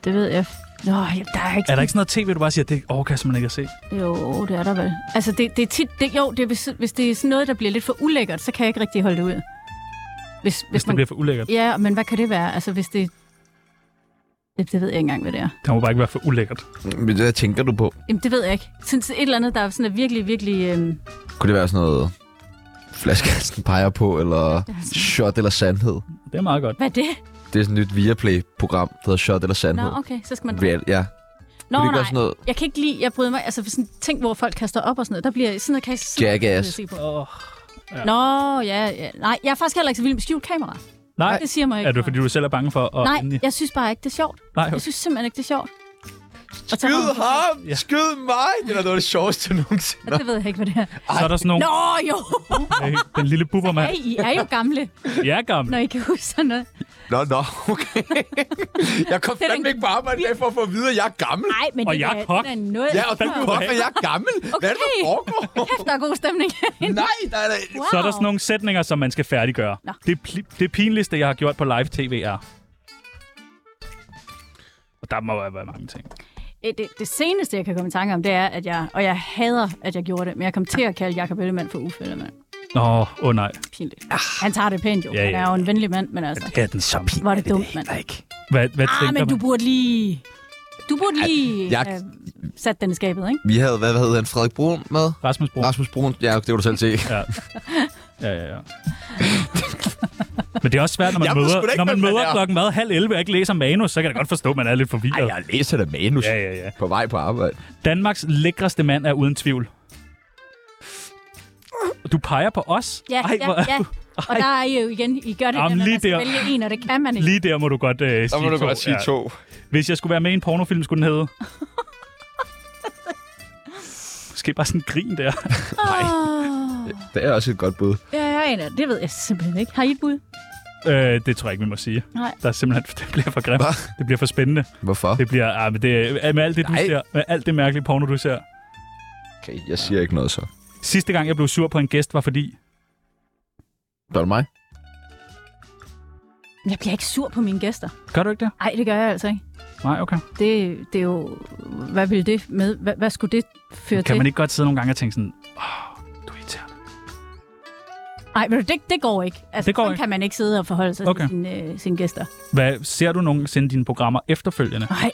D: det ved jeg. Nå, jamen, der er ikke...
B: Er der ikke sådan noget tv, du bare siger, det overgår jeg simpelthen ikke at se?
D: Jo, det er der vel. Altså, det, det er tit... Det, jo, det er, hvis, hvis det er sådan noget, der bliver lidt for ulækkert, så kan jeg ikke rigtig holde det ud. Hvis, hvis,
B: Hvis det
D: man,
B: bliver for ulækkert.
D: Ja, men hvad kan det være? Altså, hvis det... Det, det ved jeg ikke engang, hvad det er.
B: Det må bare ikke være for ulækkert.
A: Men hvad tænker du på?
D: Jamen, det ved jeg ikke. Sådan et eller andet, der er sådan er virkelig, virkelig... Øhm,
A: Kunne det være sådan noget flaskehalsen peger på, eller shot eller sandhed?
B: Det er meget godt.
D: hvad er det?
A: Det er sådan et nyt Viaplay-program, der hedder shot eller
D: Nå,
A: sandhed.
D: okay, så skal man...
A: Real, ja.
D: Nå,
A: Kunne det ikke
D: nej.
A: være sådan noget
D: Jeg kan ikke lide, jeg bryder mig, altså for sådan ting, hvor folk kaster op og sådan noget, der bliver sådan noget, kan jeg sådan
A: Jackass.
D: se på.
B: Oh.
D: Nå, ja, ja, nej, jeg er faktisk heller ikke så vild med skjult kamera.
B: Nej,
D: Det siger mig ikke.
B: er det fordi, du selv er bange for at...
D: Nej,
B: Endelig-
D: jeg synes bare ikke, det er sjovt.
B: Nej,
D: Jeg
B: okay.
D: synes simpelthen ikke, det er sjovt. Og tage
A: Skyd
D: hånden.
A: ham!
B: Ja.
A: Skyd mig! Det er da noget af det sjoveste nogensinde.
D: Ja, Det ved jeg ikke, hvad det er.
B: Så er der sådan nogle...
D: Nå, jo!
B: Hey, den lille bubbermand.
D: Hey, I er jo gamle,
B: Jeg er gammel.
D: når I kan huske sådan noget.
A: Nå, nå, okay. jeg kom
D: er
A: fandme
D: den-
A: ikke på arbejde i dag for at få at vide, at jeg er gammel.
D: Nej, men
B: Og
D: det
B: jeg er
D: er,
B: kok.
D: det er noget.
A: Ja, og du
D: før.
A: er godt, men jeg er gammel. Hvad er det, der
D: Okay.
A: foregår?
D: Kæft, der er god
B: *laughs*
D: stemning.
A: Nej, der er da...
D: Wow.
B: Så er der sådan nogle sætninger, som man skal færdiggøre.
D: Nå.
B: Det, pli- det pinligste, jeg har gjort på live tv er... Og der må være mange ting.
D: Øh, Det, det seneste, jeg kan komme i tanke om, det er, at jeg... Og jeg hader, at jeg gjorde det, men jeg kom til at kalde Jacob Ellemann for Uffe Ellemann.
B: Nå, åh oh, nej.
D: Pinligt.
A: Ah.
D: Han tager det pænt, jo.
B: Ja, ja.
D: Han er jo en venlig mand, men altså...
B: Det er den samme.
D: Hvor er det dumt, mand.
B: Hvad, hvad
D: Ah,
B: tænker
D: men du
B: man?
D: burde lige... Du burde lige
A: jeg-
D: have sat den i skabet, ikke?
A: Vi havde, hvad, hvad hed han, Frederik Brun med?
B: Rasmus Bro.
A: Rasmus Brun, ja, det var du selv til.
B: Ja. Ja, ja, ja. Men det er også svært, når man
A: Jeg ved
B: møder,
A: sgu da ikke,
B: når man
A: hvem han
B: møder
A: er.
B: klokken hvad, halv 11 og ikke læser manus, så kan jeg da godt forstå, at man er lidt forvirret.
A: jeg læser da manus
B: Ja, ja, ja.
A: på vej på arbejde.
B: Danmarks lækreste mand er uden tvivl. Du peger på os?
D: Ja,
B: Ej,
D: ja,
B: hvor er
D: ja.
B: du-
D: Og der er I jo igen, I gør det,
B: Jamen,
D: der, når
B: lige
D: man skal
B: der.
D: vælge en, og det kan man ikke.
B: Lige der må du godt øh, sige
A: Så må du
B: to.
A: godt sige
B: ja.
A: to.
B: Hvis jeg skulle være med i en pornofilm, skulle den hedde... Måske bare sådan en
A: *laughs*
B: grin der.
D: Åh,
A: Det er også et godt bud.
D: ja, ja, ja, det ved jeg simpelthen ikke. Har I et bud?
B: øh, det tror jeg ikke, vi må sige.
D: Nej.
B: Der er simpelthen, *laughs* det bliver for grimt.
A: Hva?
B: Det bliver for spændende.
A: Hvorfor?
B: Det bliver... Ah, men det, er- med alt det, du
A: Nej.
B: ser, med alt det mærkelige porno, du ser.
A: Okay, jeg siger ikke noget så.
B: Sidste gang, jeg blev sur på en gæst, var fordi...
A: Var det mig?
D: Jeg bliver ikke sur på mine gæster.
B: Gør du ikke det?
D: Nej, det gør jeg altså ikke.
B: Nej, okay.
D: Det, det er jo... Hvad ville det med... Hvad, hvad skulle det føre
B: Kan
D: til?
B: man ikke godt sidde nogle gange og tænke sådan... Åh, du er irriterende.
D: Nej, men det, det går ikke. Altså,
B: Det går
D: sådan
B: ikke.
D: kan man ikke sidde og forholde sig
B: Okay.
D: til sine, øh, sine gæster.
B: Hvad, ser du nogensinde dine programmer efterfølgende?
D: Nej,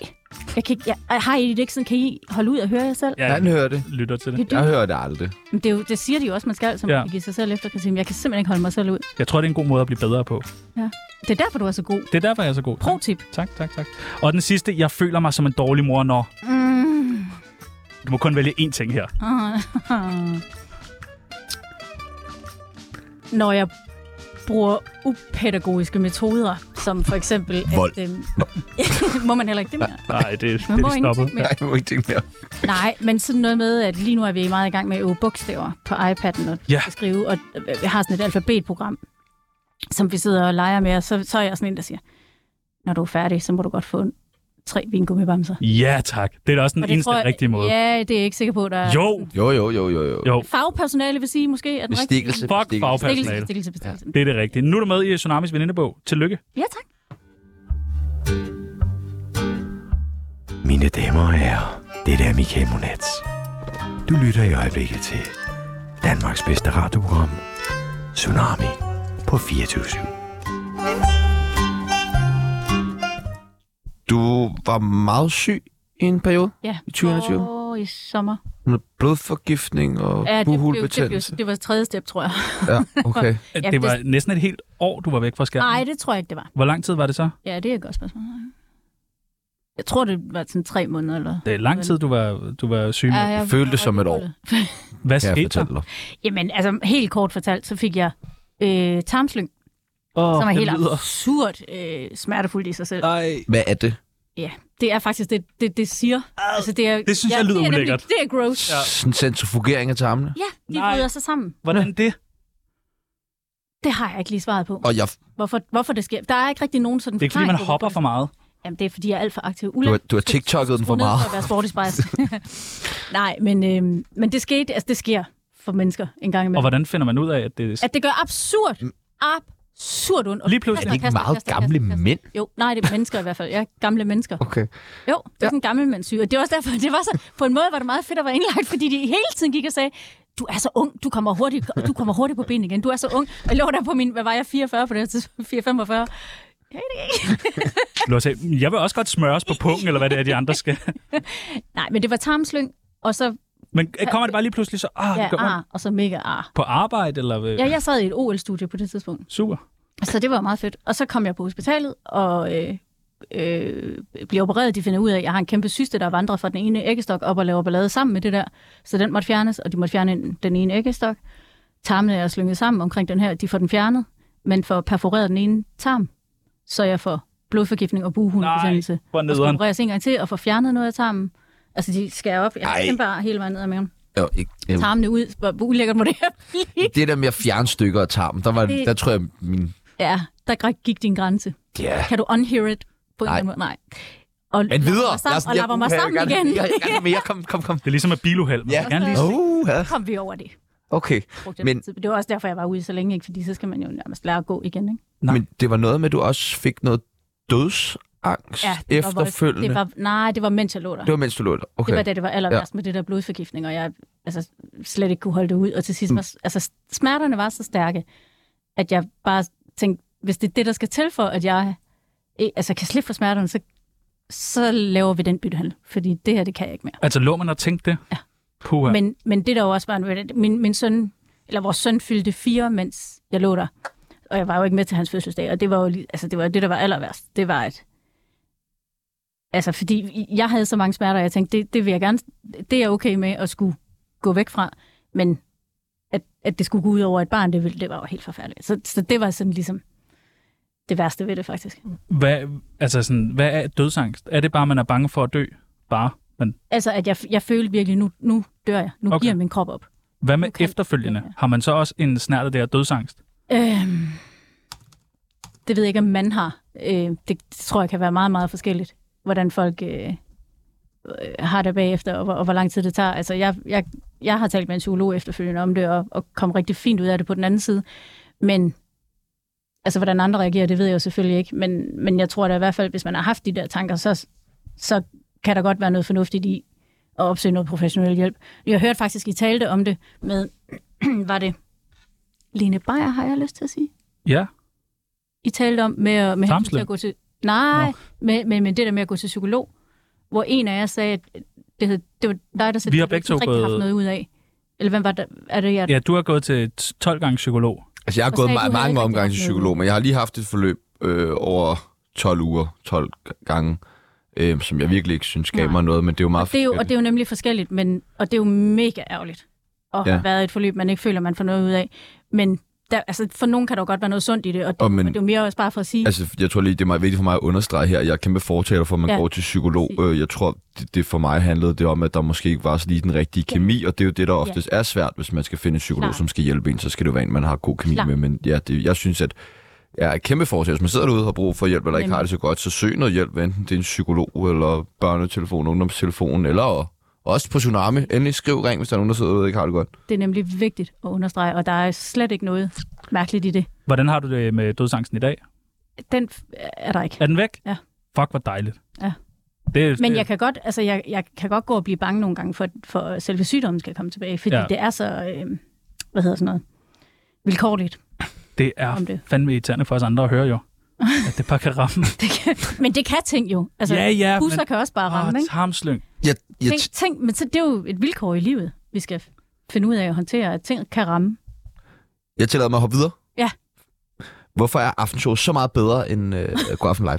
D: Jeg kan ikke, jeg, jeg har I det ikke sådan, kan I holde ud og høre jer selv?
B: Ja,
A: Han hører det.
B: lytter til det.
D: Det,
A: Jeg
D: er dybt.
A: hører det aldrig.
D: Men det, er jo, det siger de jo også, man skal, som
B: Ja.
D: ja. give sig selv efter, Kasim. Jeg kan simpelthen ikke holde mig selv ud.
B: Jeg tror, det er en god måde at blive bedre på.
D: Det er derfor, du er så god.
B: Det er derfor, jeg er så god.
D: Pro-tip.
B: Tak, tak, tak. Og den sidste, jeg føler mig som en dårlig mor, når...
D: Mm.
B: Du må kun vælge én ting her.
D: *laughs* Når jeg bruger upædagogiske metoder, som for eksempel...
A: Vold.
D: At, øh, *laughs* må man heller ikke det mere?
B: Nej, det, det
D: Man må ingenting mere.
A: Nej, jeg må ikke tænke mere.
D: Nej, men sådan noget med, at lige nu er vi meget i gang med at øve bogstaver på iPad'en og
B: Ja.
D: ja. skrive, og vi har sådan et alfabetprogram, som vi sidder og leger med, og så, så er jeg sådan en, der siger, når du er færdig, så må du godt få en, tre vingummibamser.
B: Ja, tak. Det er da også den
D: Og det
B: eneste
D: tror jeg-
B: rigtige måde.
D: Ja, det er jeg ikke sikker på, der er...
B: Jo,
A: Jo, jo, jo, jo. jo.
B: jo.
D: Fagpersonale vil sige måske, at den rigtige...
A: Bestikkelse.
B: Fuck
A: bestikkelse.
B: fagpersonale.
D: Bestikkelse, bestikkelse, bestikkelse.
B: Det er det rigtige. Nu er du med i Tsunamis venindebog. Tillykke.
D: Ja, tak.
I: Mine damer og herrer, det er Michael Monats. Du lytter i øjeblikket til Danmarks bedste radioprogram, Tsunami på 24
A: Du var meget syg i en periode
D: Ja.
A: i 2020.
D: Åh, i sommer.
A: Med blodforgiftning og
D: Ja, det, blev, det, blev,
A: buhulbetændelse.
D: det var tredje step, tror jeg.
A: Ja, okay.
D: Ja,
B: det var det... næsten et helt år, du var væk fra skærmen.
D: Nej, det tror jeg ikke, det var.
B: Hvor lang tid var det så?
D: Ja, det er et godt spørgsmål. Jeg tror, det var sådan tre måneder eller...
B: Det er lang tid, du var, du var syg. Ja, ja.
D: jeg
A: følte det som et år.
B: Hvad
A: Kan jeg
B: skete der?
A: fortælle dig.
D: Jamen, altså helt kort fortalt, så fik jeg øh, tarmslyng,
B: Oh,
D: oh, som er helt absurd øh, smertefuldt i sig selv.
B: Ej.
A: Hvad er det?
D: Ja, det er faktisk det, det, det siger. Altså, det, er,
B: Ah, Det synes jeg lyder
D: det er nemlig-
B: ulækkert.
D: Det er gross.
B: Ja.
D: Ja,
A: Sådan en centrifugering af tarmene.
D: ja de
B: Nej.
D: bryder sig sammen.
B: Hvordan det?
D: Det har jeg ikke lige svaret på,
A: Og jeg,
D: hvorfor, hvorfor det sker. Der er ikke rigtig nogen sådan
B: Det er ikke, fordi man
D: forklaring på,
B: hopper
D: hvorfor
B: for meget.
D: det- Jamen, det er, fordi jeg er alt for aktiv.
A: du,
D: Ulækkert.
A: har, du har TikTok'et den for
D: Skru ned
A: meget.
D: at være sporty spice. *laughs* Nej, men, øhm, men det skete, altså det sker for mennesker en gang
B: Og
D: imellem.
B: hvordan finder man ud af, at det er...
D: At det gør absurd, absurd ondt.
B: Lige
A: Mm.
B: pludselig-
A: Er det ikke meget gamle mænd?
D: Jo, nej, det er mennesker i hvert fald. Ja, gamle mennesker.
A: Okay.
D: Jo, det er ja. sådan en gammel mands syge. Og det var også derfor, det var så, på en måde var det meget fedt at være indlagt, fordi de hele tiden gik og sagde, du er så ung, du kommer hurtigt, du kommer hurtigt på benene igen, du er så ung. Og jeg lå der på min, hvad var jeg, 44 på det her tidspunkt, 445.
B: Du har sagt, Jeg vil også godt smøres på pungen, eller hvad det er, de andre skal.
D: Nej, men det var tarmslyng, og så,
B: Men kommer det bare lige pludselig så, ah, ja,
D: ja,
B: det gør man
D: ar, og så mega ah. ar.
B: på arbejde, eller... øh,
D: Ja, jeg sad i et OL-studie på det tidspunkt.
B: Super.
D: Så det var meget fedt. Og så kom jeg på hospitalet og øh, øh, blev opereret. De finder ud af, at jeg har en kæmpe syste, der vandrer fra den ene æggestok op og laver ballade sammen med det der. Så den måtte fjernes, og de måtte fjerne en- den ene æggestok. Tarmene er slynget sammen omkring den her. De får den fjernet, men får perforeret den ene tarm. Så jeg får blodforgiftning og bughulbetændelse.
B: hvor
D: Og skal
B: nederen.
D: opereres en gang til og får fjernet noget af tarmen. Altså, de skærer op. Jeg har
A: Ej.
D: kæmpe ar hele vejen ned ad maven.
A: Jo, ikke, jamen,
D: Tarmene ud. Hvor ulækkert må det her blive?
A: det der med at fjerne stykker af tarmen, der, var,
D: Det-
A: der tror jeg, min...
D: Ja, der gik din grænse.
A: Ja.
D: Kan du unhear it på en
A: Nej.
D: eller anden måde? Nej. Og
A: Men videre!
D: lapper mig Sammen, og lapper mig sammen igen.
A: Jeg vil gerne mere. Kom, kom, kom.
B: Det er ligesom et biluheld. Man
A: Ja.
B: ja. gerne lige se.
A: Oh, ja.
D: *laughs* Kom vi over det.
A: Okay.
D: brugte jeg
A: Men-
D: lang tid på. Det var også derfor, jeg var ude så længe, ikke? fordi så skal man jo nærmest lære at gå igen. Ikke?
B: Nej.
A: Men det var noget med, at du også fik noget dødsangst ja,
D: det var voldsomt.
A: efterfølgende.
D: Det var, nej, det var mens jeg lå der.
A: det var mens du lå der. Okay.
D: Det var da det var aller værst ja. med det der blodforgiftning, og jeg altså, slet ikke kunne holde det ud. Og til
A: Mm.
D: sidst, var, altså, smerterne var så stærke, at jeg bare tænkte, hvis det er det, der skal til for, at jeg eh, altså, kan slippe for smerterne, så, så laver vi den byttehandel, fordi det her, det kan jeg ikke mere.
B: Altså, lå man og tænkte det? Ja. Puha. Men...
D: Men, men det der jo også var, en- min, min søn, eller vores søn fyldte fire, mens jeg lå der. Og jeg var jo ikke med til hans fødselsdag, og det var jo lige- altså, det, var jo det, der var aller værst. Det var et... Altså, fordi jeg havde så mange smerter, og jeg tænkte, det, det vil jeg gerne... Det er jeg okay med at skulle gå væk fra, men at, at det skulle gå ud over et barn, det, ville, det var jo helt forfærdeligt. Så, så det var sådan ligesom det værste ved det, faktisk.
B: Hvad, altså sådan, hvad er dødsangst? Er det bare, man er bange for at dø? Bare. Men
D: Altså, at jeg, jeg følte virkelig, nu, nu dør jeg. Nu
B: Okay.
D: okay. giver min krop op.
B: hvad med
D: Okay.
B: efterfølgende?
D: Ja, ja.
B: Har man så også en snært af det her dødsangst?
D: Øhm, det ved jeg ikke, om man har. Øh, det, det tror jeg kan være meget, meget forskelligt, hvordan folk øh, øh, har det bagefter, og hvor, og hvor lang tid det tager. Altså, jeg, jeg, jeg har talt med en psykolog efterfølgende om det, og, og kom rigtig fint ud af det på den anden side. Men altså, hvordan andre reagerer, det ved jeg jo selvfølgelig ikke. Men, men jeg tror da i hvert fald, hvis man har haft de der tanker, så, så kan der godt være noget fornuftigt i at opsøge noget professionel hjælp. Jeg hørte faktisk, I talte om det med, *clears throat* var det Lene Beyer, har jeg lyst til at sige?
B: Ja.
D: I talte om med, at- med hensyn til
B: Tarmslyng?
D: at gå til... Nej,
B: Nå.
D: men, men, men det der med at gå til psykolog, hvor en af jer sagde, at det, hed, det var dig, der sagde,
B: Vi har
D: at du
B: begge
D: ikke
B: to
D: rigtig haft
B: gået-
D: noget ud af. Eller hvem var det? Er det jeg?
B: Ja, du har gået til 12 gange psykolog.
A: Altså, jeg har
D: Og
A: gået
D: sagde,
A: ma-
D: du havde ikke
A: mange
D: rigtig
A: omgange
D: haft
A: til
D: noget
A: psykolog, men jeg har lige haft et forløb øh, over 12 uger, 12 g- gange, øh, som jeg virkelig ikke synes gav
D: Nej.
A: mig noget, men det er jo meget
D: Det er jo, og det
A: forskelligt.
D: er jo nemlig forskelligt, men, og det er jo mega ærgerligt at ja.
A: Ja.
D: have været i et forløb, man ikke føler, man får noget ud af. Men der, altså, for nogen kan der jo godt være noget sundt i det, og det,
A: Og
D: og
A: men-
D: men, og det er jo mere også bare for at sige, altså,
A: Altså, jeg tror lige, det er meget vigtigt for mig at understrege her. Jeg er kæmpe fortaler for, at man ja.
D: Ja.
A: går til psykolog. Øh, Jeg tror, det, det for mig handlede det om, at der måske ikke var så lige den rigtige kemi, og det er jo det, der oftest er svært, hvis man skal finde en psykolog,
D: Klart.
A: som skal hjælpe en, så skal det jo være en, man har god kemi
D: Klart.
A: med. Men ja, det, jeg synes, at jeg er kæmpe fortaler. Hvis man sidder derude og har brug for hjælp, eller ikke
D: Nemlig.
A: har det så godt, så søg noget hjælp, hvad enten det er en psykolog, eller børnetelefon, ungdomstelefon, eller også på Tsunami. Endelig skriv ring, hvis der er nogen, der sidder derude og ikke har det godt.
D: det er nemlig vigtigt at understrege, og der er slet ikke noget mærkeligt i det.
B: Hvordan har du det med dødsangsten i dag?
D: Den f- er der ikke.
B: Er den væk?
D: Ja.
B: Fuck, hvor dejligt.
D: Ja.
B: Det,
D: Men
B: det,
D: jeg kan godt, altså, jeg, jeg kan godt gå og blive bange nogle gange for, for at selve sygdommen skal komme tilbage, fordi
B: Ja.
D: ja. det er så, øh, hvad hedder sådan noget, vilkårligt.
B: det
D: om
B: er
D: det.
B: fandme irriterende for os andre at høre jo. At det bare kan ramme.
D: Det kan, men det kan ting jo. Altså,
B: Ja, ja,
D: busser
B: men- Ah,
D: kan også *laughs* bare ramme,
B: Åh,
D: ikke?
B: tarmslyng.
A: Jeg, jeg,
D: Ting, ting, men så, det er jo et vilkår i livet, vi skal finde ud af at håndtere, at ting kan ramme.
A: jeg tillader mig at hoppe videre.
D: Ja.
A: Hvorfor er aftenshowet så meget bedre end øh, God Aften Live?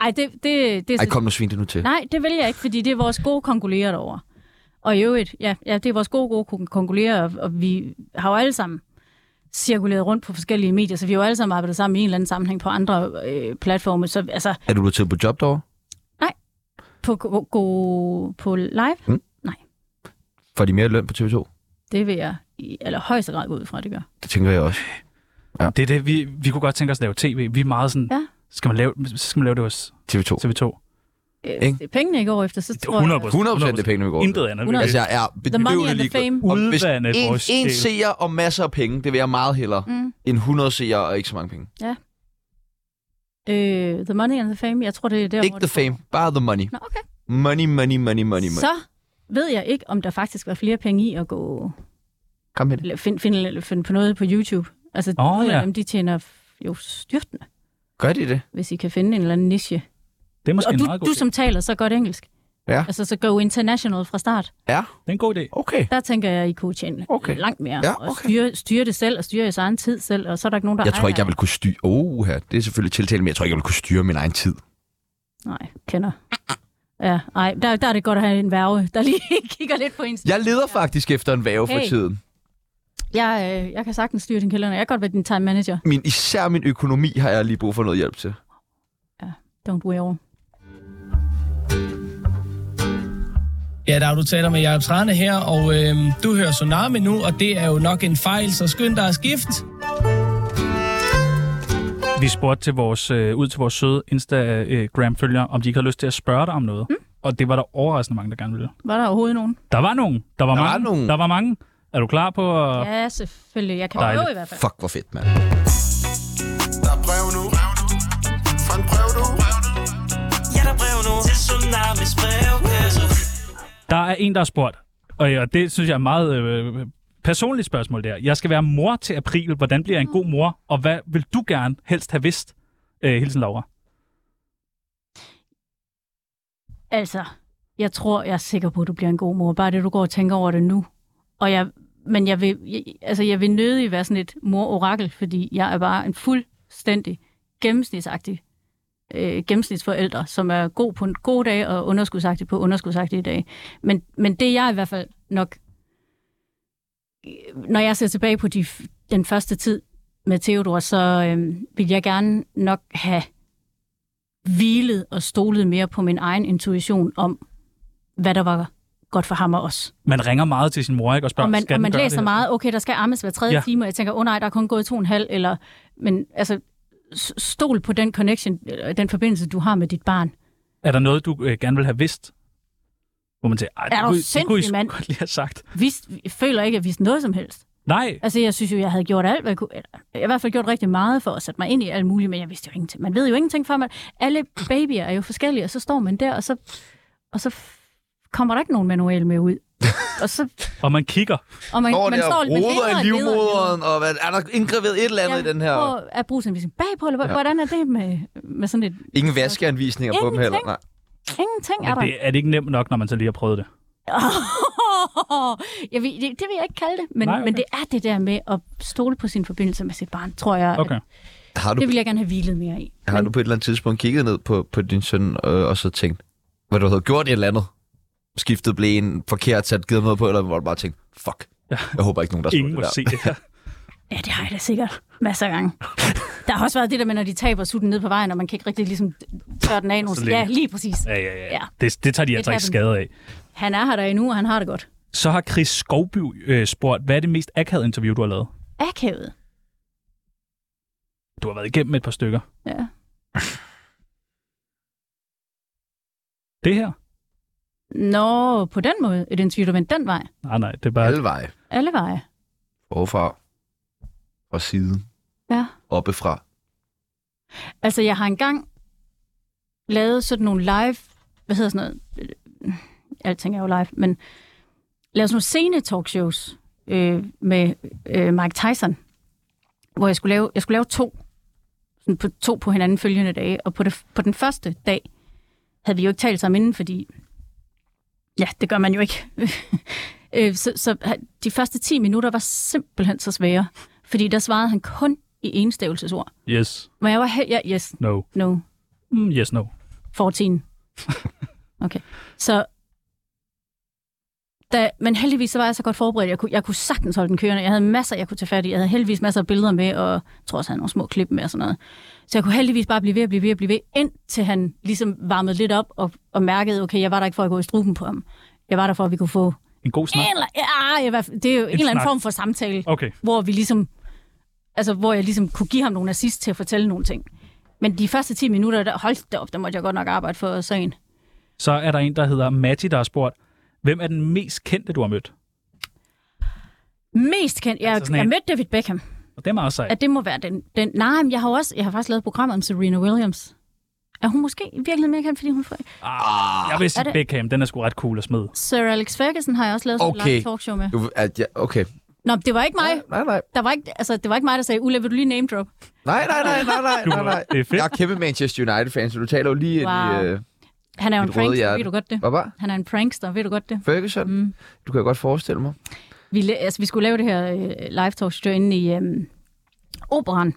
D: Ej, det, det, det er
A: Ej, kom nu svin det nu til.
D: Nej, det vil jeg ikke, fordi det er vores gode kongolerer derovre. Og i øvrigt, ja, ja det er vores gode, gode kon- kongolerer, og, og vi har jo alle sammen cirkuleret rundt på forskellige medier, så vi har jo alle sammen arbejdet sammen i en eller anden sammenhæng på andre øh, platforme. Så altså,
A: Er du blevet taget på job derovre?
D: på, go, go, på live,
A: Får de mere løn på TV2?
D: det vil jeg i allerhøjeste grad gå ud fra, det gør.
A: Det tænker jeg også.
B: Det er det, vi, vi kunne godt tænke os at lave tv. Vi er meget sådan,
D: Ja.
B: skal, man lave, skal man lave det hos
A: TV2.
B: TV2?
D: Øh,
A: Ikke?
D: hvis det er pengene ikke går efter, så tror
B: 100
D: jeg...
A: 100 procent af pengene, vi går
B: Intet andet. vil
D: 100%.
A: Altså, jeg er
D: The money
A: bedøvende
D: and the
A: ligeglad.
D: fame.
A: Og hvis
B: Udvandet
A: en,
B: vores
A: en
B: sjæl.
A: seer og masser af penge, det vil jeg meget hellere,
D: Mm.
A: end 100 seere og ikke så mange penge.
D: Øh, the money and the fame, jeg tror, det er der,
A: Ikke
D: hvor
A: the
D: det-
A: fame, bare the money.
D: Nå, okay.
A: Money, money, money, money, money.
D: Så ved jeg ikke, om der faktisk var flere penge i at gå
A: Kom med det.
D: eller finde find, find på noget på YouTube. Altså,
B: Åh,
D: oh,
B: ja.
D: ja. dem, de tjener jo styrtende,
A: Gør de det?
D: hvis I kan finde en eller anden niche.
B: Det er måske
D: Og
B: en
D: du,
B: meget god
D: du
B: idé.
D: som taler så godt engelsk.
A: Ja.
D: Altså, så go international fra start.
A: Ja,
B: Det er en god idé.
A: okay.
D: Der tænker jeg, I kunne tjene
A: Okay.
D: okay. langt mere.
A: Ja,
D: Og
A: okay.
D: styre, styre det selv, og styre jeres egen tid selv, og så er der ikke nogen, der
A: Jeg tror
D: ejer
A: ikke, jeg vil kunne styre... Oh, her. det er selvfølgelig tiltale, men jeg tror ikke, jeg vil kunne styre min egen tid.
D: jer. Nej, kender. Ja, nej, der, der er det godt at have en værve, der lige *laughs* kigger lidt på ens...
A: Jeg leder faktisk efter en væve for
D: Hey.
A: tiden.
D: Jeg, øh, jeg kan sagtens styre din kalender. Jeg kan godt være din time manager.
A: Min, især min økonomi har jeg lige brug for noget hjælp til.
D: Don't wear over.
J: Ja, der er du taler med Jacob Trane her, og øh, du hører Tsunami nu, og det er jo nok en fejl, så skynd dig at skifte.
B: Vi spurgte til vores, øh, ud til vores søde Instagram-følgere, om de ikke havde lyst til at spørge dig om noget. Mm. Og det var der overraskende mange, der gerne ville.
D: Var der overhovedet nogen?
B: Der var nogen. Der var,
A: Der var
B: mange.
A: nogen.
B: Der var mange. Er du klar på øh, at...
D: Ja, selvfølgelig. Jeg kan
B: Dejligt.
D: prøve i hvert fald.
A: Fuck, hvor fedt, mand.
G: Der er brev nu Fra en brev du
H: Ja, der er brev nu til Tsunamis brevkasse.
B: Der er en, der har spurgt, og, og det synes jeg er et meget øh, personligt spørgsmål der. Jeg skal være mor til april. Hvordan bliver jeg en god mor? Og hvad vil du gerne helst have vidst? Øh, hilsen, Laura.
D: Altså, jeg tror, jeg er sikker på, at du bliver en god mor. Bare det, du går og tænker over det nu. Og jeg, men jeg vil, jeg, altså, jeg vil nødig være sådan et mor-orakel, fordi jeg er bare en fuldstændig gennemsnitsagtig øh, gennemsnitsforældre, som er god på en god dag og underskudsagtig på underskudsagtige dage. Men, men det er jeg i hvert fald nok, når jeg ser tilbage på de, f- den første tid med Theodor, så øh, vil jeg gerne nok have hvilet og stolet mere på min egen intuition om, hvad der var godt for ham og os.
B: Man ringer meget til sin mor, ikke? Og spørger,
D: Og man,
B: skal
D: og
B: den
D: man
B: gøre
D: læser
B: det her?
D: meget, okay, der skal ammes hver tredje
B: Ja.
D: ja. time, og jeg tænker, åh oh, nej, der er kun gået to og en halv, eller, men altså, s- stol på den connection, eller den forbindelse, du har med dit barn.
B: Er der noget, du øh, gerne vil have vidst? Hvor man siger, Ej,
D: Er
B: det
D: du
B: kunne, I- det kunne I
D: sindssyg,
B: sgu
D: mand?"
B: *laughs* godt lige have sagt.
D: Vi, vi føler ikke, at vi vidste noget som helst.
B: Nej,
D: Altså, jeg synes jo, jeg havde gjort alt, hvad jeg kunne. Eller, jeg har i hvert fald gjort rigtig meget for at sætte mig ind i alt muligt, men jeg vidste jo ingenting. Man ved jo ingenting før man... Alle babyer er jo forskellige, og så står man der, og så, og så f- kommer der ikke nogen manual med ud. og så
B: og man kigger.
D: Og man,
A: Står
D: man
A: der
D: står
A: og
D: man
A: roder
D: leder
A: i
D: og leder og leder.
A: livmoderen, og hvad, er der indgraveret et eller andet i den her?
D: Prøv ligesom at bruge sådan en bagpå, eller ja. hvordan er det med, med sådan et...
A: Ingen vaskeanvisninger på dem
D: Ingenting.
A: heller. Nej.
D: Ingenting er
B: Men
D: der.
B: det, er det ikke nemt nok, når man så lige har prøvet det?
D: *laughs* jeg vil, det, det vil jeg ikke kalde det, men,
B: Nej,
D: Nej,
B: okay.
D: okay. men det er det der med at stole på sin forbindelse med sit barn, tror jeg. at-
A: Okay. Har du,
D: Det vil jeg gerne have hvilet mere i.
A: har du på et eller andet tidspunkt kigget ned på, på din søn øh, og så tænkt, hvad du havde gjort et eller andet? Skiftet blæen, forkert sat, givet noget på, eller hvor du bare tænkt, fuck, jeg håber ikke nogen, der så
B: Ingen må se det her.
D: Ja, det har jeg da sikkert masser af *laughs* gange. Der har også været det der med, når de taber sutten ned på vejen, og man kan ikke rigtig ligesom tørre den af. nogen-
B: Så længe.
D: Ja, lige præcis.
B: Ja, ja, ja.
D: Ja.
B: Det, det tager de
D: Det
B: altså
D: tager
B: ikke skade
D: dem.
B: af.
D: Han er her der endnu, og han har det godt.
B: Så har Chris Skovby øh, spurgt, hvad er det mest akavede interview, du har lavet?
D: Akavet.
B: Du har været igennem et par stykker.
D: Ja.
B: Det her?
D: Nå, på den måde. Et interview, der vendte den vej.
B: Ah, Nej, nej, det er bare...
A: Alle veje.
D: Alle veje.
A: Forfra. Fra siden.
D: Ja.
A: Oppefra.
D: Altså, jeg har engang lavet sådan nogle live... Hvad hedder sådan noget? Øh, Alt tænker jeg jo live, men... Lavet sådan nogle scene-talkshows øh, med øh, Mike Tyson, hvor jeg skulle lave, jeg skulle lave to. Sådan på, to på hinanden følgende dage. Og på, det, på den første dag havde vi jo ikke talt sammen inden, fordi... Ja, det gør man jo ikke. *laughs* Øh, så, så de første 10 minutter var simpelthen så svære, fordi der svarede han kun i enstavelsesord.
B: Yes,
D: Men jeg var helt... Ja, yes,
B: no,
D: no,
B: mm, yes, no.
D: 14. Okay. Så... Da, men heldigvis så var jeg så godt forberedt. Jeg kunne, jeg kunne sagtens holde den kørende. Jeg havde masser, jeg kunne tage fat i. Jeg havde heldigvis masser af billeder med, og jeg tror også, jeg havde nogle små klip med og sådan noget. Så jeg kunne heldigvis bare blive ved og blive ved og blive ved, indtil han ligesom varmede lidt op og, og mærkede, okay, jeg var der ikke for at gå i struben på ham. Jeg var der for, at vi kunne få
B: En god snak.
D: en eller, ja, i hvert fald- det er jo en, en eller anden
B: snak.
D: form for samtale,
B: Okay.
D: hvor vi ligesom, altså hvor jeg ligesom kunne give ham nogle assist til at fortælle nogle ting. Men de første 10 minutter, der, holdt det op, der måtte jeg godt nok arbejde for sagen.
B: Så er der en, der hedder Matti, der har spurgt, hvem er den mest kendte, du har mødt?
D: Mest kendt, jeg,
B: Altså
D: altså
B: sådan en-
D: jeg mødte David Beckham.
B: Og det er meget sejt.
D: At det må være den, den. Nej, men jeg har, jo også, jeg har faktisk lavet et program om Serena Williams. Er hun måske virkelig mere kendt, fordi hun er fra...
B: Ah, jeg vil sige
D: Er det-
B: Beckham, den er sgu ret cool at smide.
D: Sir Alex Ferguson har jeg også lavet sådan okay. en
A: Okay.
D: live talkshow med.
A: Du, at, ja, okay.
D: Nå, det var ikke mig.
A: Nej, nej.
D: Der var ikke, altså, det var ikke mig, der sagde, Ulla, vil du lige name drop?
A: Nej, nej, nej, nej, nej, nej, nej.
B: Det er fedt.
A: Jeg er kæmpe Manchester United-fan, så du taler jo lige ind
D: Wow.
A: i... Øh,
D: Han er jo en
A: Mit røde
D: prankster,
A: hjerte.
D: ved du godt det?
A: Hvad var?
D: Han er en prankster, ved du godt det?
A: Ferguson? Mm. Du kan jo godt forestille mig.
D: Vi, la- altså, vi skulle lave det her øh, live talk show inde i øh, operan.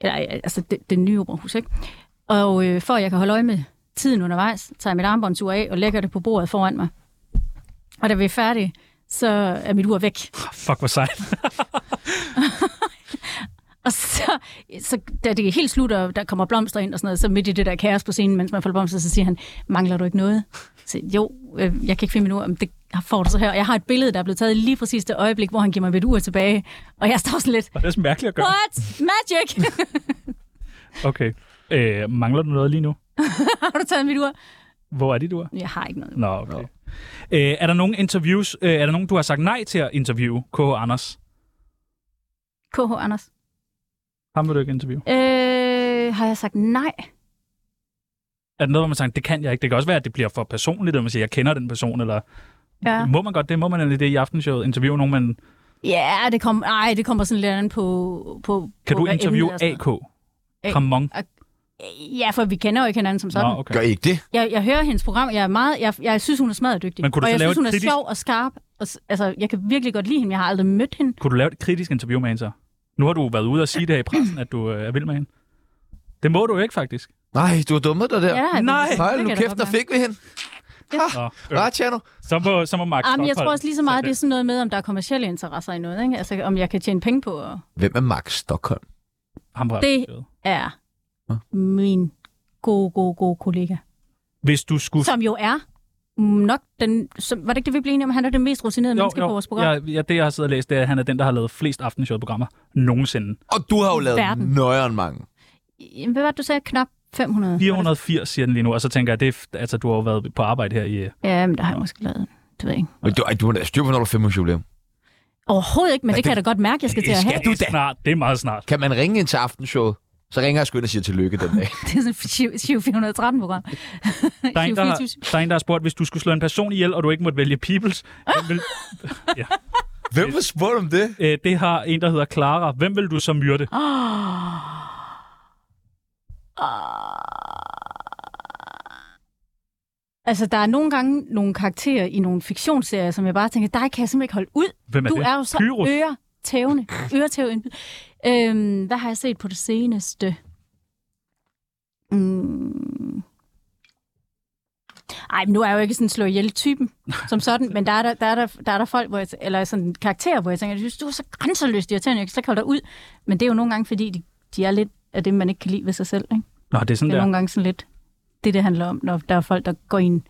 D: Eller, øh, altså det, det nye operahus, ikke? Og øh, for at jeg kan holde øje med tiden undervejs, tager jeg mit armbåndsur af og lægger det på bordet foran mig. Og da vi er færdige, så er mit ur væk.
B: Ah, Fuck, hvor sejt. *laughs*
D: Og så, så da det helt slutter, og der kommer blomster ind og sådan noget, så midt i det der kaos på scenen, mens man får blomster, så siger han, mangler du ikke noget? Så, jo, øh, jeg kan ikke finde min ur, men det får du så her. Og jeg har et billede, der er blevet taget lige præcis det øjeblik, hvor han giver mig mit ur tilbage. Og jeg står sådan lidt,
B: Og det er så mærkeligt at gøre.
D: what? Magic! *laughs*
B: Okay. Øh, mangler du noget lige nu?
D: har du taget mit ur?
B: Hvor er dit ur?
D: Jeg har ikke noget.
B: Nå, okay. Øh, er der nogen interviews, øh, er der nogen, du har sagt nej til at interviewe, K.H. Anders?
D: KH Anders.
B: Ham vil du ikke interviewe.
D: Øh, har jeg sagt nej?
B: Er der noget, hvor man tænker, det kan jeg ikke? Det kan også være, at det bliver for personligt, at man siger, jeg kender den person, eller
D: Ja.
B: må man godt det? Må man egentlig det i aftenshowet? Interviewe nogen, man...
D: Ja, det, kom, ej, det kommer sådan lidt an på... på
B: Kan
D: på,
B: du
D: hvad
B: interviewe
D: emnet er sådan
B: AK?
D: altså. A-
B: Kramon?
D: noget. Ja, for vi kender jo ikke hinanden som sådan.
B: Nå, okay.
A: Gør I ikke det?
D: Jeg, jeg hører hendes program. Jeg, er meget, jeg, jeg synes, hun er smadret dygtig.
B: Men kunne du
D: og
B: så
D: jeg
B: lave
D: synes,
B: et
D: hun er
B: kritisk-
D: sjov og skarp. Og, s- altså, jeg kan virkelig godt lide hende. Jeg har aldrig mødt hende.
B: Kunne du lave et kritisk interview med hende så? Nu har du været ude og sige det her i pressen, at du øh, er vild med hende. Det må du jo ikke, faktisk.
A: Nej, du har dummet dig der.
D: Ja, det-
B: Nej.
D: det
A: Hold
D: kan
A: nu
D: jeg da
A: kæft,
D: godt
A: der
D: mærke.
A: fik vi hende. Ah,
B: Nå, øh,
A: Nej, Tjerno.
B: så, må, så må Mark
D: Jamen, Ah, jeg
B: Stockholm-
D: tror også lige så meget,
B: Okay.
D: det er sådan noget med, om der er kommersielle interesser i noget. Ikke? Altså, om jeg kan tjene penge på. Og
A: Hvem er Max Stockholm?
B: Ham var
D: Det-
B: det...
D: er
A: Hva?
D: min gode, gode, gode kollega.
B: Hvis du skulle...
D: Som jo er nok den... Som, var det ikke det, vi blev enige om? Han er det mest rutinerede menneske på vores program.
B: Ja, ja, det, jeg har siddet og læst, det er, at han er den, der har lavet flest aftenshowprogrammer nogensinde.
A: Og du har jo lavet
D: Verden.
A: nøjeren mange.
D: Jamen, Hvad var det, du sagde? Knap 500?
B: 480, siger den lige nu, og så tænker jeg, det er, f- altså, du har jo været på arbejde her i... øh,
D: Ja, men der har jeg måske lavet... Det ved jeg ikke.
A: Men du, ej, du har da styr på, når du er 25 jubilæum.
D: Overhovedet ikke, men det, det kan jeg da godt mærke, jeg skal til at have.
B: det er snart, det er meget snart.
A: Kan man ringe ind til aftenshowet? Så ringer jeg sgu ind og siger tillykke den dag.
D: Det er sådan et 413-program.
B: Der er, en, der, har, der er en, der har spurgt, hvis du skulle slå en person ihjel, og du ikke måtte vælge Peoples, hvem vil,
A: *laughs*
D: Ah!
A: Hvem har spurgt om det?
B: øh, det har en, der hedder Clara. Hvem vil du så myrde?
D: Ah, Oh. Altså, der er nogle gange nogle karakterer i nogle fiktionsserier, som jeg bare tænker, dig kan jeg simpelthen ikke holde ud.
B: Hvem er
D: du
B: det?
D: er jo så
B: Pyrus?
D: øretævende. øretævende. Øhm, hvad har jeg set på det seneste? Mm. Ej, men nu er jeg jo ikke sådan slå ihjel typen som sådan, men der er der, der, er der, der, er der folk, hvor jeg, t- eller sådan karakterer, hvor jeg tænker, jeg synes, du er så grænseløst irriterende, jeg kan slet ikke holde dig ud. Men det er jo nogle gange, fordi de, de er lidt af det, man ikke kan lide ved sig selv. Ikke?
B: Nå, det er sådan
D: det er
B: der.
D: nogle gange sådan lidt det, det handler om, når der er folk, der går ind,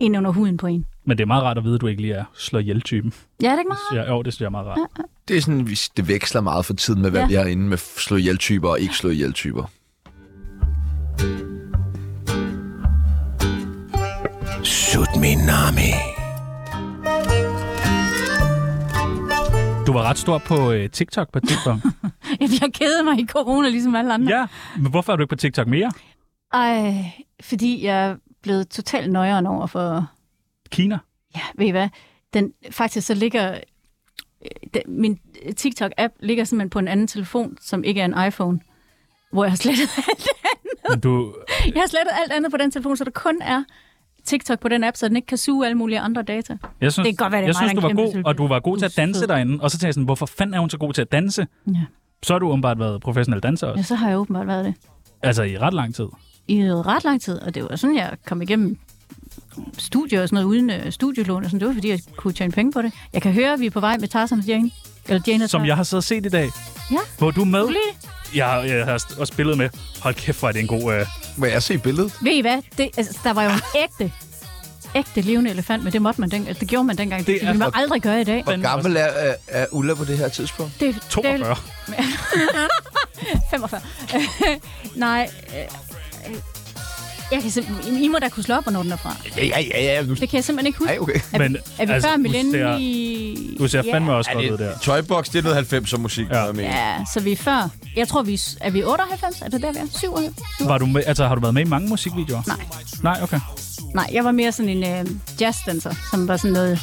D: ind under huden på en.
B: Men det er meget rart at vide, at du ikke lige er slå ihjel typen.
D: Ja, er det ikke meget?
B: Ja, jo, det synes jeg er meget rart.
D: Ah!
A: Det er sådan, vi- det veksler meget for tiden med, hvad
D: Ja.
A: ja. vi har inde med f- slå ihjel typer og ikke slå ihjel typer.
I: Sut min nami.
B: Du var ret stor på øh, TikTok på
D: *laughs*
B: TikTok.
D: Jamen, Jeg keder mig i corona, ligesom alle andre.
B: ja, men hvorfor er du ikke på TikTok mere?
D: Ej, fordi jeg er blevet totalt nøjeren over for,
B: Kina?
D: ja, ved I hvad, den, faktisk så ligger, øh, den, min TikTok-app ligger simpelthen på en anden telefon, som ikke er en iPhone, hvor jeg har slettet *laughs* alt,
B: Men du,
D: jeg har slettet alt andet på den telefon, så der kun er TikTok på den app, så den ikke kan suge alle mulige andre data.
B: jeg synes,
D: det kan godt være, det er
B: jeg
D: mig,
B: synes
D: der
B: du
D: er en
B: var
D: kæmpe
B: god, og du var god til at danse derinde. Og så tænkte jeg sådan, hvorfor fanden er hun så god til at danse?
D: Ja.
B: Så har du åbenbart været professionel danser
D: Ja,
B: også.
D: så har jeg åbenbart været det.
B: Altså i ret lang tid.
D: i ret lang tid, og det var sådan, jeg kom igennem studier og sådan noget, uden øh, studielån og sådan. Det var, fordi jeg kunne tjene penge på det. Jeg kan høre, at vi er på vej med Tarzan og Jane. Eller Jane og
B: Som
D: Tarzan.
B: jeg har siddet og set i dag.
D: Ja.
B: Hvor er du med?
D: Kunne du lide det?
B: Jeg, har- jeg har st- også spillet med. Hold kæft, hvor er det en god... Øh...
A: Må jeg se billedet?
D: Ved I hvad? Det, altså, der var jo en ægte, ægte levende elefant, men det måtte man dengang. Det gjorde man dengang.
B: Det
D: Det, det
B: er altså
D: ville man
B: for-
D: aldrig gøre i dag.
A: Hvor gammel er, er, er Ulla på det her tidspunkt?
D: Det,
B: 42.
D: Det, 45. *laughs* Nej, øh, øh, jeg kan simpelthen, I må da kunne slå op, hvornår den er fra.
A: Ja, ja, ja. ja. Nu...
D: Det kan jeg simpelthen ikke huske.
A: Ej, okay.
D: Er,
B: Men,
D: Men, er vi
B: altså,
D: altså, før
B: du
D: millennium
B: ser-
D: i...
B: Du ser
D: Ja.
B: fandme også
A: Er
B: godt ud der.
A: det Toybox, det er noget 90'er musik. Ja. Jeg mener.
D: Ja, så vi er før. Jeg tror, vi er, er vi 98? Er det der, vi er? 97?
B: Var du med, altså, har du været med i mange musikvideoer? Nej. Nej, okay.
D: Nej, jeg var mere sådan en øh, jazzdanser, som var sådan noget...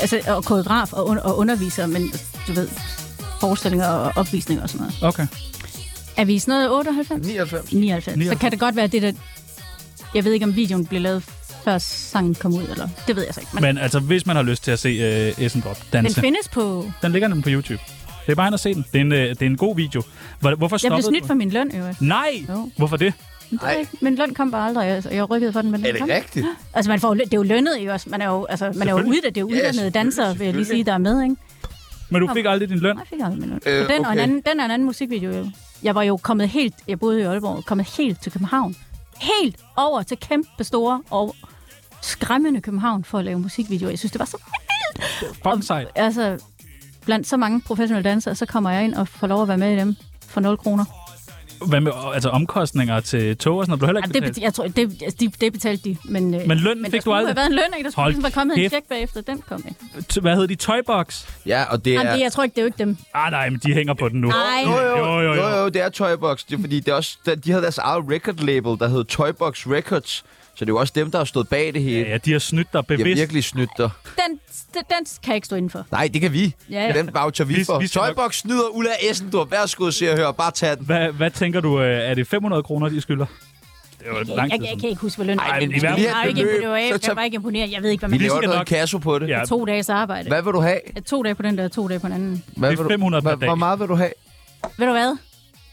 D: Altså, og koreograf og, un- og underviser, men du ved, forestillinger og opvisninger og sådan noget.
B: Okay.
D: Er vi i sådan noget 98?
A: 99.
D: 99. 99. Så kan det godt være det, der... Jeg ved ikke, om videoen blev lavet før sangen kom ud, eller... Det ved jeg så ikke. Men, men
B: Men altså, hvis man har lyst til at se øh, Essendrop
D: den
B: danse, den,
D: findes på...
B: den ligger nemlig på YouTube. Det er bare ind at se den. Det er en, øh, det er en god video. Hvor, hvorfor
D: Jeg
B: stoppede
D: blev snydt
B: du?
D: for min løn, i øvrigt.
B: Nej!
D: Jo.
B: Hvorfor det?
D: Men det ved jeg ikke. Min løn kom bare aldrig, altså. Jeg rykkede for den, men den
A: Er det
D: kom.
A: rigtigt?
D: *gasps* Altså, man får, jo løn- det er jo lønnet jo også. Man er jo, altså, man er jo
B: Selvfølgelig.
D: ude, det er jo
A: Ja,
D: uddannede
A: selvfølgelig,
D: dansere, vil jeg lige
A: selvfølgelig.
D: sige, der er med, ikke?
B: Men du fik aldrig din løn?
D: Nej, fik jeg aldrig min løn.
A: Øh,
D: Øh, den, okay. og en
A: okay.
D: anden, den er en anden musikvideo, jo. Jeg var jo kommet helt, jeg boede i Aalborg, kommet helt til København. Helt over til kæmpe store og skræmmende København for at lave musikvideoer. Jeg synes, det var så...
B: Fuck sejt.
D: Altså, blandt så mange professionelle dansere, så kommer jeg ind og får lov at være med i dem for 0 kroner.
B: Hvad med altså, omkostninger til tog og sådan noget? Blev heller
D: Ej,
B: ikke
D: det,
B: betalt?
D: bet- jeg tror, det, altså, de, det betalte de. Men, men
B: Men lønnen
D: men
B: fik
D: der
B: du
D: skulle
B: aldrig?
D: have været en løn, ikke? Der skulle
B: Hold
D: ligesom være kommet en
B: kæft.
D: tjek bagefter, den kom ikke.
B: T- Hvad hedder de? Toybox?
A: Ja, og det er...
D: Jamen, det, jeg tror ikke, det er jo ikke dem.
B: Ah, nej, men de hænger på den nu.
D: Nej.
A: Jo, jo,
B: Jo, jo, jo.
A: jo, jo, det er Toybox. Det er fordi, det er også, der- de havde deres eget record label, der hed Toybox Records. Så det er jo også dem, der har stået bag det hele.
B: Ja, ja, de har snydt dig
A: De har
B: bevidst.
A: virkelig snydt dig.
D: Den, den, den kan jeg ikke stå indenfor.
A: Nej, det kan vi.
D: Ja, ja.
A: Den voucher vi,
B: Vi-
A: for.
B: vi skal nok-
A: Toybox snyder Ulla Essendrup. Værsgo, se og hør. Bare tag den.
B: Hvad, hvad tænker du, øh, er det 500 kroner, de skylder? Det var
D: Jeg,
B: lang
D: jeg,
B: tid
D: jeg
B: siden.
D: kan ikke huske, hvad løn
B: Ej,
D: var.
B: men i
D: Jeg
B: hvert
D: var
B: fald-
D: ikke
A: Beløb,
D: imponeret.
A: så
D: Jeg
A: tag-
D: var ikke imponeret. Jeg ved ikke, hvad
A: Vi
D: man
A: laver
B: skal
A: noget
B: nok-
A: kasso på det.
B: Ja,
D: To dages arbejde.
A: Hvad vil du have?
D: To dage på den der, to dage på den anden.
A: Hvad
B: Det er
A: vil du-
B: 500 per
A: hvad-
B: dag.
A: Hvor meget vil du have?
D: Ved du hvad?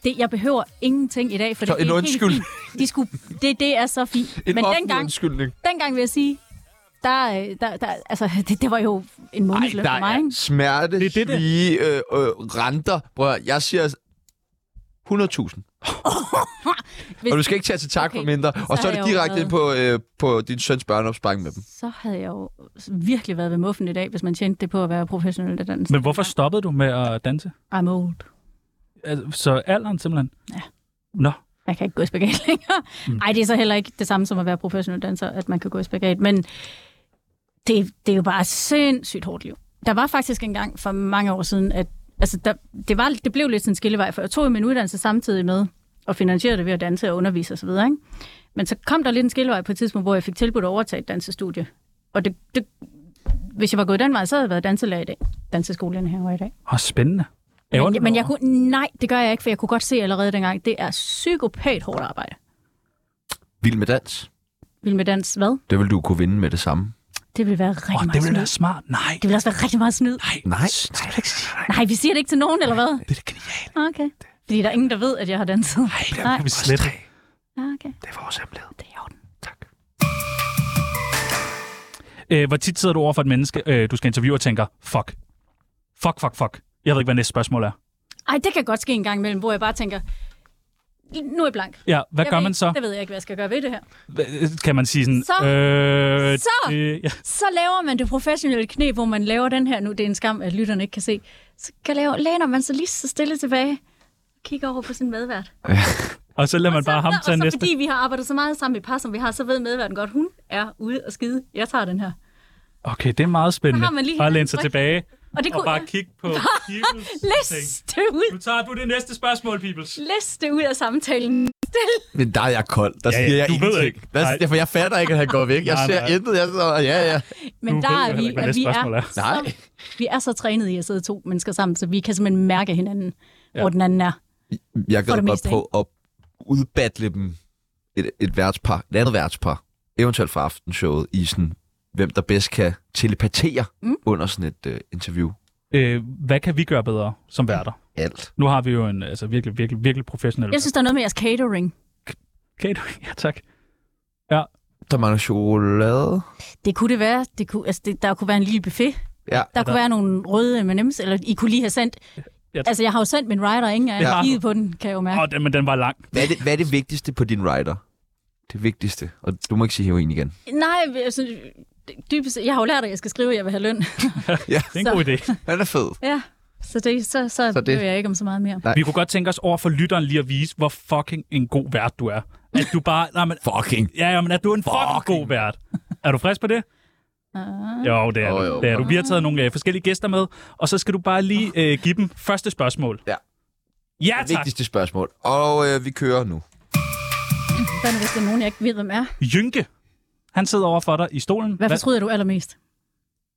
D: Det, jeg behøver ingenting i dag, for
A: Så
D: det
A: en
D: er helt
A: undskyld.
D: fint. De skulle, det, det er så fint.
A: En
D: Men
A: offentlig
D: dengang,
A: undskyldning.
D: dengang vil jeg sige, der, øh, der, der, altså, *laughs* det, det var jo en
A: Ej,
D: månedsløn
A: der
D: for mig.
A: er
D: ikke?
A: smerte,
B: Det er det, det-
A: svie, øh, øh, renter. Prøv at høre, jeg siger 100.000.
D: Hvis-
A: Og du skal ikke tage til tak for
D: Okay,
A: mindre. Og
D: så
A: så er
D: har
A: det
D: jeg jo
A: direkte ind på, øh, på din søns børneopsparing med dem.
D: Så havde jeg jo virkelig været ved muffen i dag, hvis man tjente det på at være professionel. i dansen.
B: Men hvorfor stoppede du med at danse?
D: I'm old.
B: Altså, så alderen simpelthen?
D: Ja.
B: Nå,
D: Jeg kan ikke gå i spagat *laughs* længere. Nej, det er så heller ikke det samme som at være professionel danser, at man kan gå i spagat. Men det, det er jo bare sindssygt hårdt liv. Der var faktisk engang for mange år siden, at altså der, det, var, det blev lidt sådan en skillevej, for jeg tog jo min uddannelse samtidig med og finansierede det ved at danse og undervise osv. Ikke? Men så kom der lidt en skillevej på et tidspunkt, hvor jeg fik tilbudt at overtage et dansestudie. Og det, det, hvis jeg var gået den vej, så havde jeg været danselærer i dag. Danseskolen her i dag.
B: Åh, spændende. Ærger
D: Men,
B: du
D: men jeg
B: dig over?
D: kunne, nej, det gør jeg ikke, for jeg kunne godt se allerede dengang, det er psykopat hårdt arbejde.
A: Vild med dans.
D: Vild med dans hvad?
A: Det vil du kunne vinde med det samme.
D: Det vil være rigtig
B: Åh,
D: oh, meget
B: det ville
D: snyd.
B: være smart. Nej.
D: Det vil også være rigtig meget snyd.
B: Nej,
A: nej,
B: nej, nej,
D: Nej, vi siger det ikke til nogen, eller hvad? Ah,
B: Det er genialt.
D: Okay. Fordi der er ingen, der ved, at jeg har danset. Nej,
B: Det kan vi slet ikke.
D: Ja, okay.
A: Det er vores hemmelighed.
D: Det er i orden.
B: Øh, hvor tit sidder du over for et menneske, øh, du skal interviewe og tænker, fuck, fuck, fuck, fuck. Jeg ved ikke, hvad næste spørgsmål er.
D: Ej, det kan godt ske en gang imellem, hvor jeg bare tænker, nu er jeg blank.
B: Ja, hvad
D: jeg
B: gør
D: ved,
B: man så?
D: Det ved jeg ikke, hvad jeg skal gøre ved det her.
B: Hva- Kan man sige sådan...
D: Så-
B: øh,
D: så-
B: øh, ja.
D: Så laver man det professionelle knæ, hvor man laver den her, nu det er en skam, at lytterne ikke kan se. Så kan lave, læner man sig lige så stille tilbage og kigger over på sin medvært.
B: Og så lader man bare ham
D: og så
B: tage næste.
D: fordi vi har arbejdet så meget sammen i par, som vi har, så ved medværten godt, hun er ude og skide. Jeg tager den her.
B: Okay, det er meget spændende.
D: Så har man lige
B: bare læne
D: hinandens
B: sig
D: ryg.
B: tilbage
D: Og det
B: og
D: kunne
B: bare
D: jeg.
B: kigge
D: *laughs*
B: på Peoples ting.
D: Læs det ud.
B: Nu tager du det næste spørgsmål, Peoples.
D: Læs det ud af samtalen.
A: Men der er jeg kold. Der
B: Ja,
A: siger
B: ja,
A: ja, jeg
B: du ved
A: ingenting.
B: ikke.
A: Hvad,
B: Nej.
A: derfor jeg fatter ikke, at han går væk. Jeg
B: Nej,
A: ser
B: nej.
A: intet. Jeg så, ja, ja.
D: Men
B: Nu
D: der
B: ved jeg
D: er
B: heller
D: vi,
B: ikke, hvad
D: at
B: næste
D: vi
B: spørgsmål er.
D: er,
A: Nej.
D: Så, vi er så trænet i at sidde to mennesker sammen, så vi kan simpelthen mærke hinanden, ja. hvor den anden er.
A: Jeg
D: For
A: gad
D: det
A: godt
D: meste,
A: på at udbattle dem et, et værtspar, et andet værtspar, eventuelt fra aftenshowet, i sådan, hvem der bedst kan telepatere mm.
D: Mm.
A: under sådan et uh, interview.
B: Øh, hvad kan vi gøre bedre som værter?
A: Alt.
B: Nu har vi jo en altså, virkelig, virkelig, virkelig professionel...
D: Jeg synes, der er noget med jeres catering.
B: Okay, du- ja, tak.
A: Der mangler chokolade.
D: Det kunne det være. Det kunne, altså, det, der kunne være en lille buffet.
A: Ja.
D: Der kunne være nogle røde M&M's, eller I kunne lige have sendt...
B: tak.
D: Altså, jeg har jo sendt min rider, ingen af jer
B: Ja.
D: har givet på den, kan jeg jo mærke.
B: Åh, den, men den var lang.
A: Hvad er, det, hvad er det vigtigste på din rider? Det vigtigste. Og du må ikke sige heroin igen.
D: Nej, altså, dybest, set- jeg har jo lært, at jeg skal skrive, at jeg vil have løn.
B: Det er en god idé.
A: Han er fed.
D: ja, så, det, så, så,
A: Så
D: så
A: det-
D: det. jeg ikke om så meget mere.
A: Nej.
B: Vi kunne godt tænke os over for lytteren lige at vise, hvor fucking en god vært du er. At du bare... Nej, men,
A: Fucking.
B: ja, ja, men at du er en fucking, god vært. Er du frisk på det?
D: Uh,
B: Jo, det er,
A: Jo,
B: oh,
A: jo.
B: jo. Det er du. Vi har taget nogle øh, forskellige gæster med, og så skal du bare lige øh, give dem første spørgsmål.
A: Ah. Ja.
B: Ja,
A: Det
B: tak. Mm.
A: vigtigste spørgsmål. Og øh, vi kører nu.
D: hvad nu, hvis der er nogen, jeg ikke ved, hvem er?
B: Jynke, han sidder over for dig i stolen.
D: Hvad fortryder du allermest?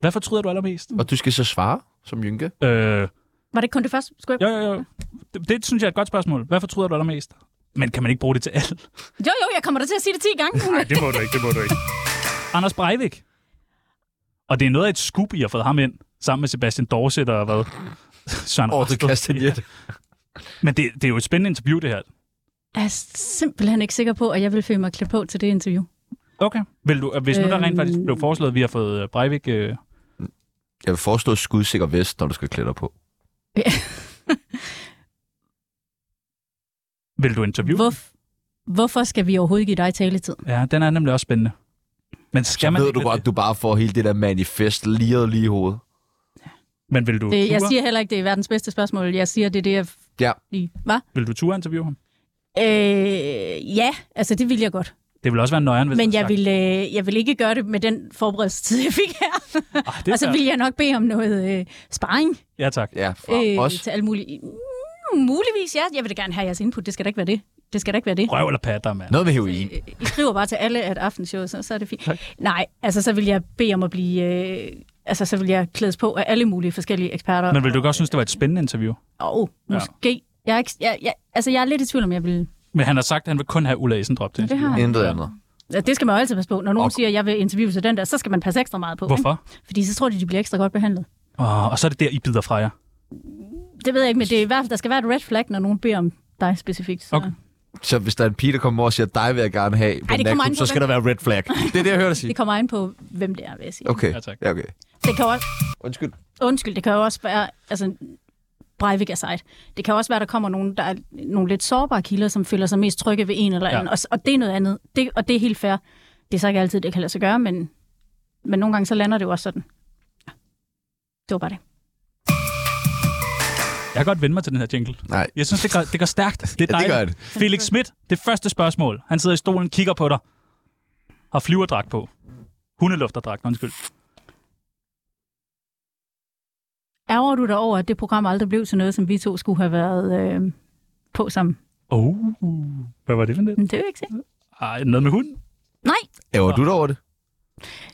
B: hvad fortryder du allermest?
A: Og du skal så svare som Jynke.
B: Øh,
D: Var det ikke kun det første? Skulle jeg...
B: jo, jo, jo. Det, det synes jeg er et godt spørgsmål. Hvad fortryder du allermest? Men kan man ikke bruge det til alt?
D: jo, jo, jeg kommer da til at sige det 10 gange.
B: det må du ikke, det må du ikke. *laughs* Anders Breivik. Og det er noget af et skub, I har fået ham ind, sammen med Sebastian Dorset og hvad? *laughs* Søren
A: Åh, det
B: Rasted.
A: kastanjet.
B: Men det, det er jo et spændende interview, det her.
D: Jeg er simpelthen ikke sikker på, at jeg vil føle mig klædt på til det interview.
B: Okay. Vil du, hvis nu der rent
D: Øhm.
B: faktisk blev foreslået, at vi har fået øh, Breivik... Øh,
A: Jeg vil forestå skudsikker vest, når du skal klæde dig på.
B: vil du interviewe?
D: Hvorf- Hvorfor skal vi overhovedet give dig taletid?
B: Ja, den er nemlig også spændende. Men skal
A: Så
B: man
A: ved
B: ikke
A: du godt,
B: det?
A: du bare får hele det der manifest liret lige i hovedet.
B: Men vil du,
D: Det, jeg
B: ture,
D: siger heller ikke, det er verdens bedste spørgsmål. Jeg siger, det er det, jeg f-
A: Ja.
D: lige... Hva?
B: vil du ture interviewe ham?
D: Øh, ja, altså det vil jeg godt.
B: Det vil også være nøjeren, hvis
D: Men
B: du har
D: jeg
B: sagt,
D: vil, øh, jeg vil ikke gøre det med den forberedelsestid, jeg fik her.
B: "Ah, *laughs* det
D: Og så
B: er-
D: vil jeg nok bede om noget øh, sparring
B: Ja, tak.
A: Ja, fra øh,
D: øh,
A: os.
D: til alt muligt. Mm, muligvis, ja. Jeg vil da gerne have jeres input. Det skal da ikke være det. Det skal da ikke være det.
B: Røv eller patter, mand.
A: Noget med heroin.
D: Øh, I skriver bare til alle, at aftenshowet, så, så er det fint. Tak. Nej, altså så vil jeg bede om at blive... Øh, altså så vil jeg klædes på af alle mulige forskellige eksperter.
B: Men vil du godt synes, det var et spændende interview?
D: Åh, oh, måske. Ja. Jeg, er ikke, jeg, jeg, altså jeg er lidt i tvivl, om jeg vil...
B: Men han har sagt, at han vil kun have Ulla Esendrop til.
D: Det, har,
A: Intet andet.
D: Ja, det skal man jo altid passe på. Når nogen
A: Og-
D: siger, at jeg vil interviewe til den der, så skal man passe ekstra meget på. ikke?
B: Hvorfor?
D: Fordi så tror de, de bliver ekstra godt behandlet.
B: Oh, og så er det der, I bider fra jer.
D: Det ved jeg ikke, men det er i hvert fald, der skal være et red flag, når nogen beder om dig specifikt. Så.
B: Okay.
A: Så hvis der er en pige, der kommer over og siger, dig vil jeg gerne have, på
D: Ej, det kommer
A: natklub,
D: an på,
A: så skal der
D: hvem-
A: være red flag. Det er det, jeg hørte dig sige.
D: Det kommer an på, hvem det er, vil jeg sige.
A: Okay.
B: Ja, tak.
A: Ja, okay.
D: Det kan også,
A: Undskyld.
D: undskyld, det kan jo også være... Altså, Breivik er sejt. Det kan også være, der kommer nogen, der er nogle lidt sårbare kilder, som føler sig mest trygge ved en eller
B: Ja.
D: anden. Ja. Og, s- og, det er noget andet. Det, og det er helt fair. Det er så ikke altid, det kan lade sig gøre, men, men nogle gange så lander det jo også sådan. Ja. Det var bare det.
B: Jeg kan godt vende mig til den her jingle.
A: Nej.
B: Jeg synes, det går, det går stærkt. Det er
A: Ja, det
B: dejligt.
A: gør det.
B: Felix Schmidt, det første spørgsmål. Han sidder i stolen, kigger på dig. Har flyverdragt på. Hundelufterdragt, undskyld.
D: Ærger du dig over, at det program aldrig blev til noget, som vi to skulle have været øh, på sammen?
B: Oh, hvad var det for det?
D: Men det er jo ikke sikkert.
B: Ej, noget med hund?
D: Nej,
K: *laughs*
A: Ærger du dig over det?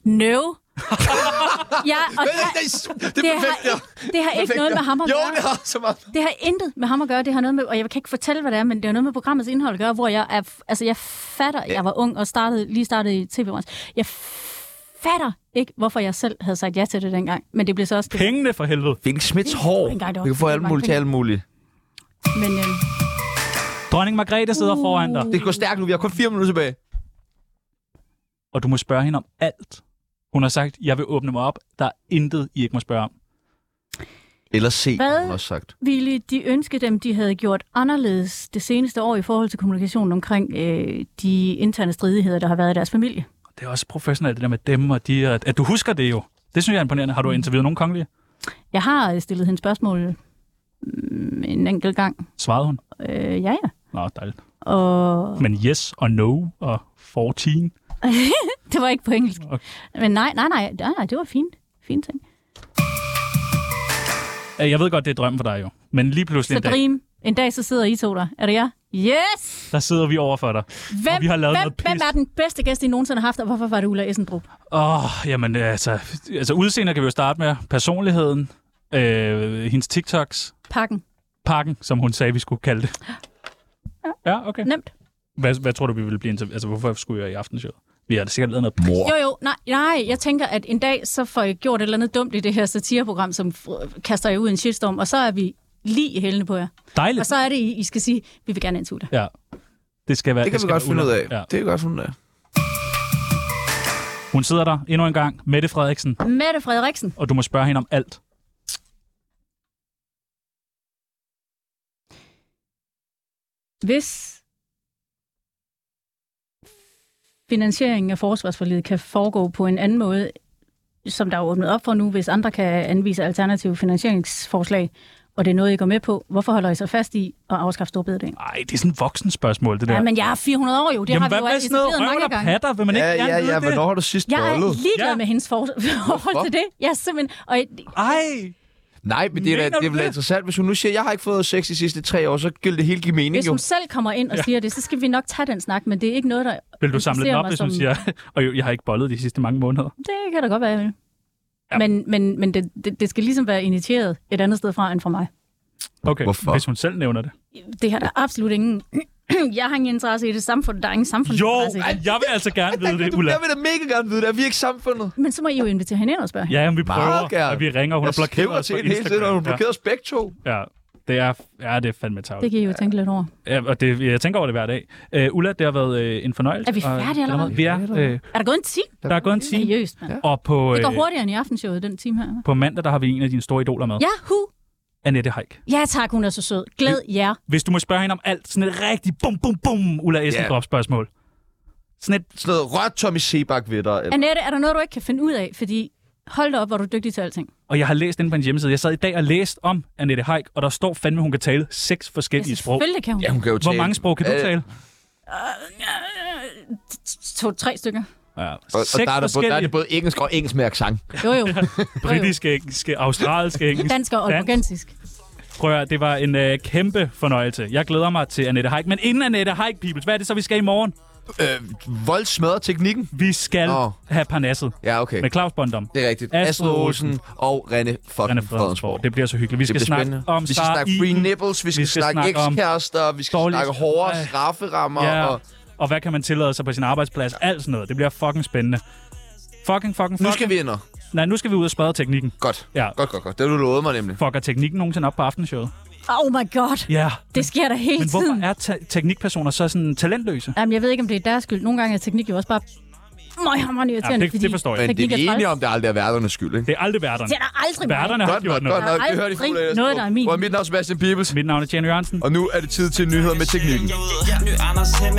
D: no. Ja, og
K: Det er-
D: der-
K: det er- det er
D: har,
K: perfekt, ja.
D: ikke- det har ikke
K: Perfekt,
D: noget
K: ja.
D: med ham at
K: Jo,
D: gøre.
K: det har så meget.
D: Det har intet med ham at gøre. Det har noget med, og jeg kan ikke fortælle, hvad det er, men det har noget med programmets indhold at gøre, hvor jeg er, altså jeg fatter, jeg var ung og startede, lige startede i tv -branchen. Jeg fatter ikke, hvorfor jeg selv havde sagt ja til det dengang. Men det blev så også...
B: *laughs*
D: det.
B: Pengene for helvede.
A: Felix Smits
D: Det er
A: hår.
D: engang, der var
A: Vi kan få
D: rigtig
A: alt
D: mange
A: muligt til
D: penge.
A: alt muligt.
D: Men øh,
B: Dronning Margrethe sidder uh. foran dig.
A: Det går stærkt nu. Vi har kun fire minutter tilbage.
B: Og du må spørge hende om alt. Hun har sagt, jeg vil åbne mig op. Der er intet, I ikke må spørge om.
A: Eller se,
D: Hvad?
A: har hun også sagt.
D: ville de ønske dem, de havde gjort anderledes det seneste år i forhold til kommunikationen omkring øh, de interne stridigheder, der har været i deres familie?
B: Det er også professionelt, det der med dem og de. At, at du husker det jo. Det synes jeg er imponerende. Har du interviewet nogen kongelige?
D: Jeg har øh, stillet hende spørgsmål mm, en enkelt gang.
B: Svarede hun?
D: Øh, ja, ja.
B: Nå, dejligt.
D: Og
B: Men yes og no og 14.
D: det var ikke på engelsk.
B: Okay.
D: Men nej, nej, nej, nej, nej, det var fint. Fint ting.
B: Øh, Jeg ved godt, det er drømmen for dig jo. Men lige pludselig
D: Så
B: en dag,
D: dream. En dag så sidder I to der. Er det jer? Yes!
B: der sidder vi over for dig.
D: Hvem,
B: og vi har lavet
D: hvem,
B: noget pis.
D: hvem er den bedste gæst, I nogensinde har haft, og hvorfor var det Ulla Essendrup?
B: Åh, oh, jamen altså, altså udseende kan vi jo starte med. Personligheden, øh, hendes TikToks,
D: Pakken.
B: pakken, som hun sagde, vi skulle kalde det. Ja, okay.
D: Nemt.
B: Hvad, hvad tror du, vi ville blive interv- Altså, hvorfor skulle jeg i aftenshowet? Vi har da sikkert lavet noget
D: Jo, jo, nej, nej, jeg tænker, at en dag, så får jeg gjort et eller andet dumt i det her satireprogram, som fr- kaster jer ud i en shitstorm, og så er vi lige i hælene på jer.
B: Dejligt.
D: Og så er det, I, I skal sige, vi vil gerne ind til Ulla.
B: Ja. Det skal være
A: Det kan vi
B: skal
A: godt
B: være
A: finde ud
B: Ulla.
A: af. Det kan vi godt finde ud af.
B: Hun sidder der endnu en gang, Mette Frederiksen,
D: Mette Frederiksen,
B: og du må spørge hende om alt.
D: hvis finansieringen af forsvarsforlidet kan foregå på en anden måde, som der er åbnet op for nu, hvis andre kan anvise alternative finansieringsforslag, og det er noget, I går med på, hvorfor holder I så fast i at afskaffe storbededagen?
B: Nej, det er sådan et voksen spørgsmål, det der.
D: Ja, men jeg er 400 år jo, det
B: Jamen,
D: har vi
B: hvad
D: jo
B: med sådan noget
D: etableret mange
B: røvl og
D: gange.
B: patter? Vil man ikke
A: Ja,
B: gerne
A: ja,
B: vide
A: ja.
B: det?
A: Hvornår har du sidst
D: Jeg er
A: bollet?
D: ligeglad ja. med hendes for- forhold til det. Jeg er simpelthen... Og jeg,
B: Ej!
A: Nej, men det er, da,
D: Mener
A: det er
D: du
A: vel
D: det?
A: interessant. Hvis hun nu siger, at jeg har ikke fået sex de sidste tre år, så giver det hele give mening
D: hvis
A: jo.
D: hun selv kommer ind og
A: Ja.
D: siger det, så skal vi nok tage den snak, men det er ikke noget, der...
B: Vil du samle den
D: interesserer
B: op,
D: mig
B: hvis hun
D: som-
B: siger, *laughs* og jo, jeg har ikke bollet de sidste mange måneder?
D: Det kan da godt være, jeg vil. Ja. Men, men, men det, det, det skal ligesom være initieret et andet sted fra end fra mig.
B: Okay, Hvorfor? hvis hun selv nævner det.
D: Det har der absolut ingen... *clears throat* jeg har ingen interesse i det samfund, der er ingen samfund.
B: Jo, jeg vil altså gerne vide det, Ulla.
A: *laughs* Jeg vil da mega gerne vide det. Er vi ikke samfundet?
D: Men så må I jo invitere hende ind og spørge hende.
B: Ja, jamen, vi
A: Meget
B: prøver,
A: gerne.
B: og vi ringer, hun
A: Jeg
B: har blokeret
A: skriver
B: os
A: til
B: på
A: hende hele
B: Instagram.
A: tiden, og hun blokerer os begge to.
B: Ja, det er, ja, det er fandme
D: Det
B: tavligt.
D: kan I jo tænke lidt over.
B: Ja, og det, jeg tænker over det hver dag. Øh, Ulla, det har været øh, en fornøjelse.
D: Er vi
B: og-
D: færdige allerede?
B: Vi er, øh,
D: Er der gået en time?
B: der er gået en time.
D: Seriøst, mand.
B: Og på,
D: Det
B: øh,
D: går hurtigere end i aftenshowet, den time her.
B: på mandag, der har vi en af dine store idoler med.
D: Ja, hu.
B: Annette Haik.
D: Ja, tak, hun er så sød. Glæd jer.
B: Hvis du må spørge hende om alt, sådan et rigtig bum bum bum Ulla Essendrop spørgsmål. Sådan et...
A: Sådan noget rørt Tommy Sebak ved dig. Eller...
D: Annette, er der noget, du ikke kan finde ud af? Fordi hold da op, hvor er du dygtig til alting.
B: Og jeg har læst inde på en hjemmeside. Jeg sad i dag og læste om Annette Haik, og der står fandme, hun kan tale seks forskellige sprog.
D: selvfølgelig kan hun. Øh, Ja, hun
A: kan jo
B: Hvor
A: tale-
B: mange sprog kan du
A: Øh,
B: tale?
D: To-tre stykker.
B: Ja,
A: Og,
B: seks
A: og der, er der, både, der er
B: forskellige-
A: det både engelsk og engelsk med accent.
D: Jo,
B: *laughs*
D: jo.
B: Britisk engelsk,
D: *laughs*
B: australsk engelsk.
D: Dansk og
B: dansk.
D: oldenborgensisk.
B: Prøv at, høre, det var en øh, kæmpe fornøjelse. Jeg glæder mig til Annette Haik. Men inden Annette Haik, peoples, hvad er det så, vi skal i morgen?
A: Øh, vold smadrer teknikken.
B: Vi skal
A: Åh.
B: have parnasset.
A: Ja, okay.
B: Med Claus Bondom.
A: Det er rigtigt. Astrid Olsen og René fucking Fredensborg.
B: Det bliver så hyggeligt. Vi skal
A: bliver
B: snakke
A: spændende.
B: om
A: Vi skal
B: Sara
A: snakke free
B: Iben.
A: nipples, vi skal, vi skal snakke,
B: snakke om
A: ekskærester, vi skal
B: dårlige-
A: snakke hårdere
B: Ej.
A: strafferammer.
B: Ja,
A: Og...
B: og hvad kan man tillade sig på sin arbejdsplads? Alt sådan noget. Det bliver fucking spændende. Fucking, fucking, fucking.
A: Nu skal vi ind og...
B: Nej, nu skal vi ud og spadre teknikken.
A: Godt.
B: Ja.
A: Godt, godt, godt. Det har du lovet mig nemlig.
B: Fucker teknikken nogensinde op på aftenshowet?
D: Oh my god.
B: Ja.
D: Det sker der hele
B: Men hvorfor
D: tiden.
B: er ta- teknikpersoner så sådan talentløse?
D: Jamen, jeg ved ikke, om det er deres skyld. Nogle gange er teknik jo også bare møghammerende irriterende.
B: Ja, det- det forstår jeg.
A: Men det er
D: teknik
A: vi
D: er
A: enige
D: træls.
A: om, det aldrig er værternes skyld, ikke?
B: Det er aldrig værterne.
D: Det er der aldrig mig.
B: Værterne har
A: Godt nok,
B: gjort noget.
A: godt nok. Det
D: Der er
A: hører de
D: aldrig
A: fulde
D: noget, der er min.
A: Og mit navn er Sebastian Pibels.
B: Mit navn er Tjerne Jørgensen.
A: Og nu er det tid til nyheder med teknikken.
H: Jeg er ny Anders Hemming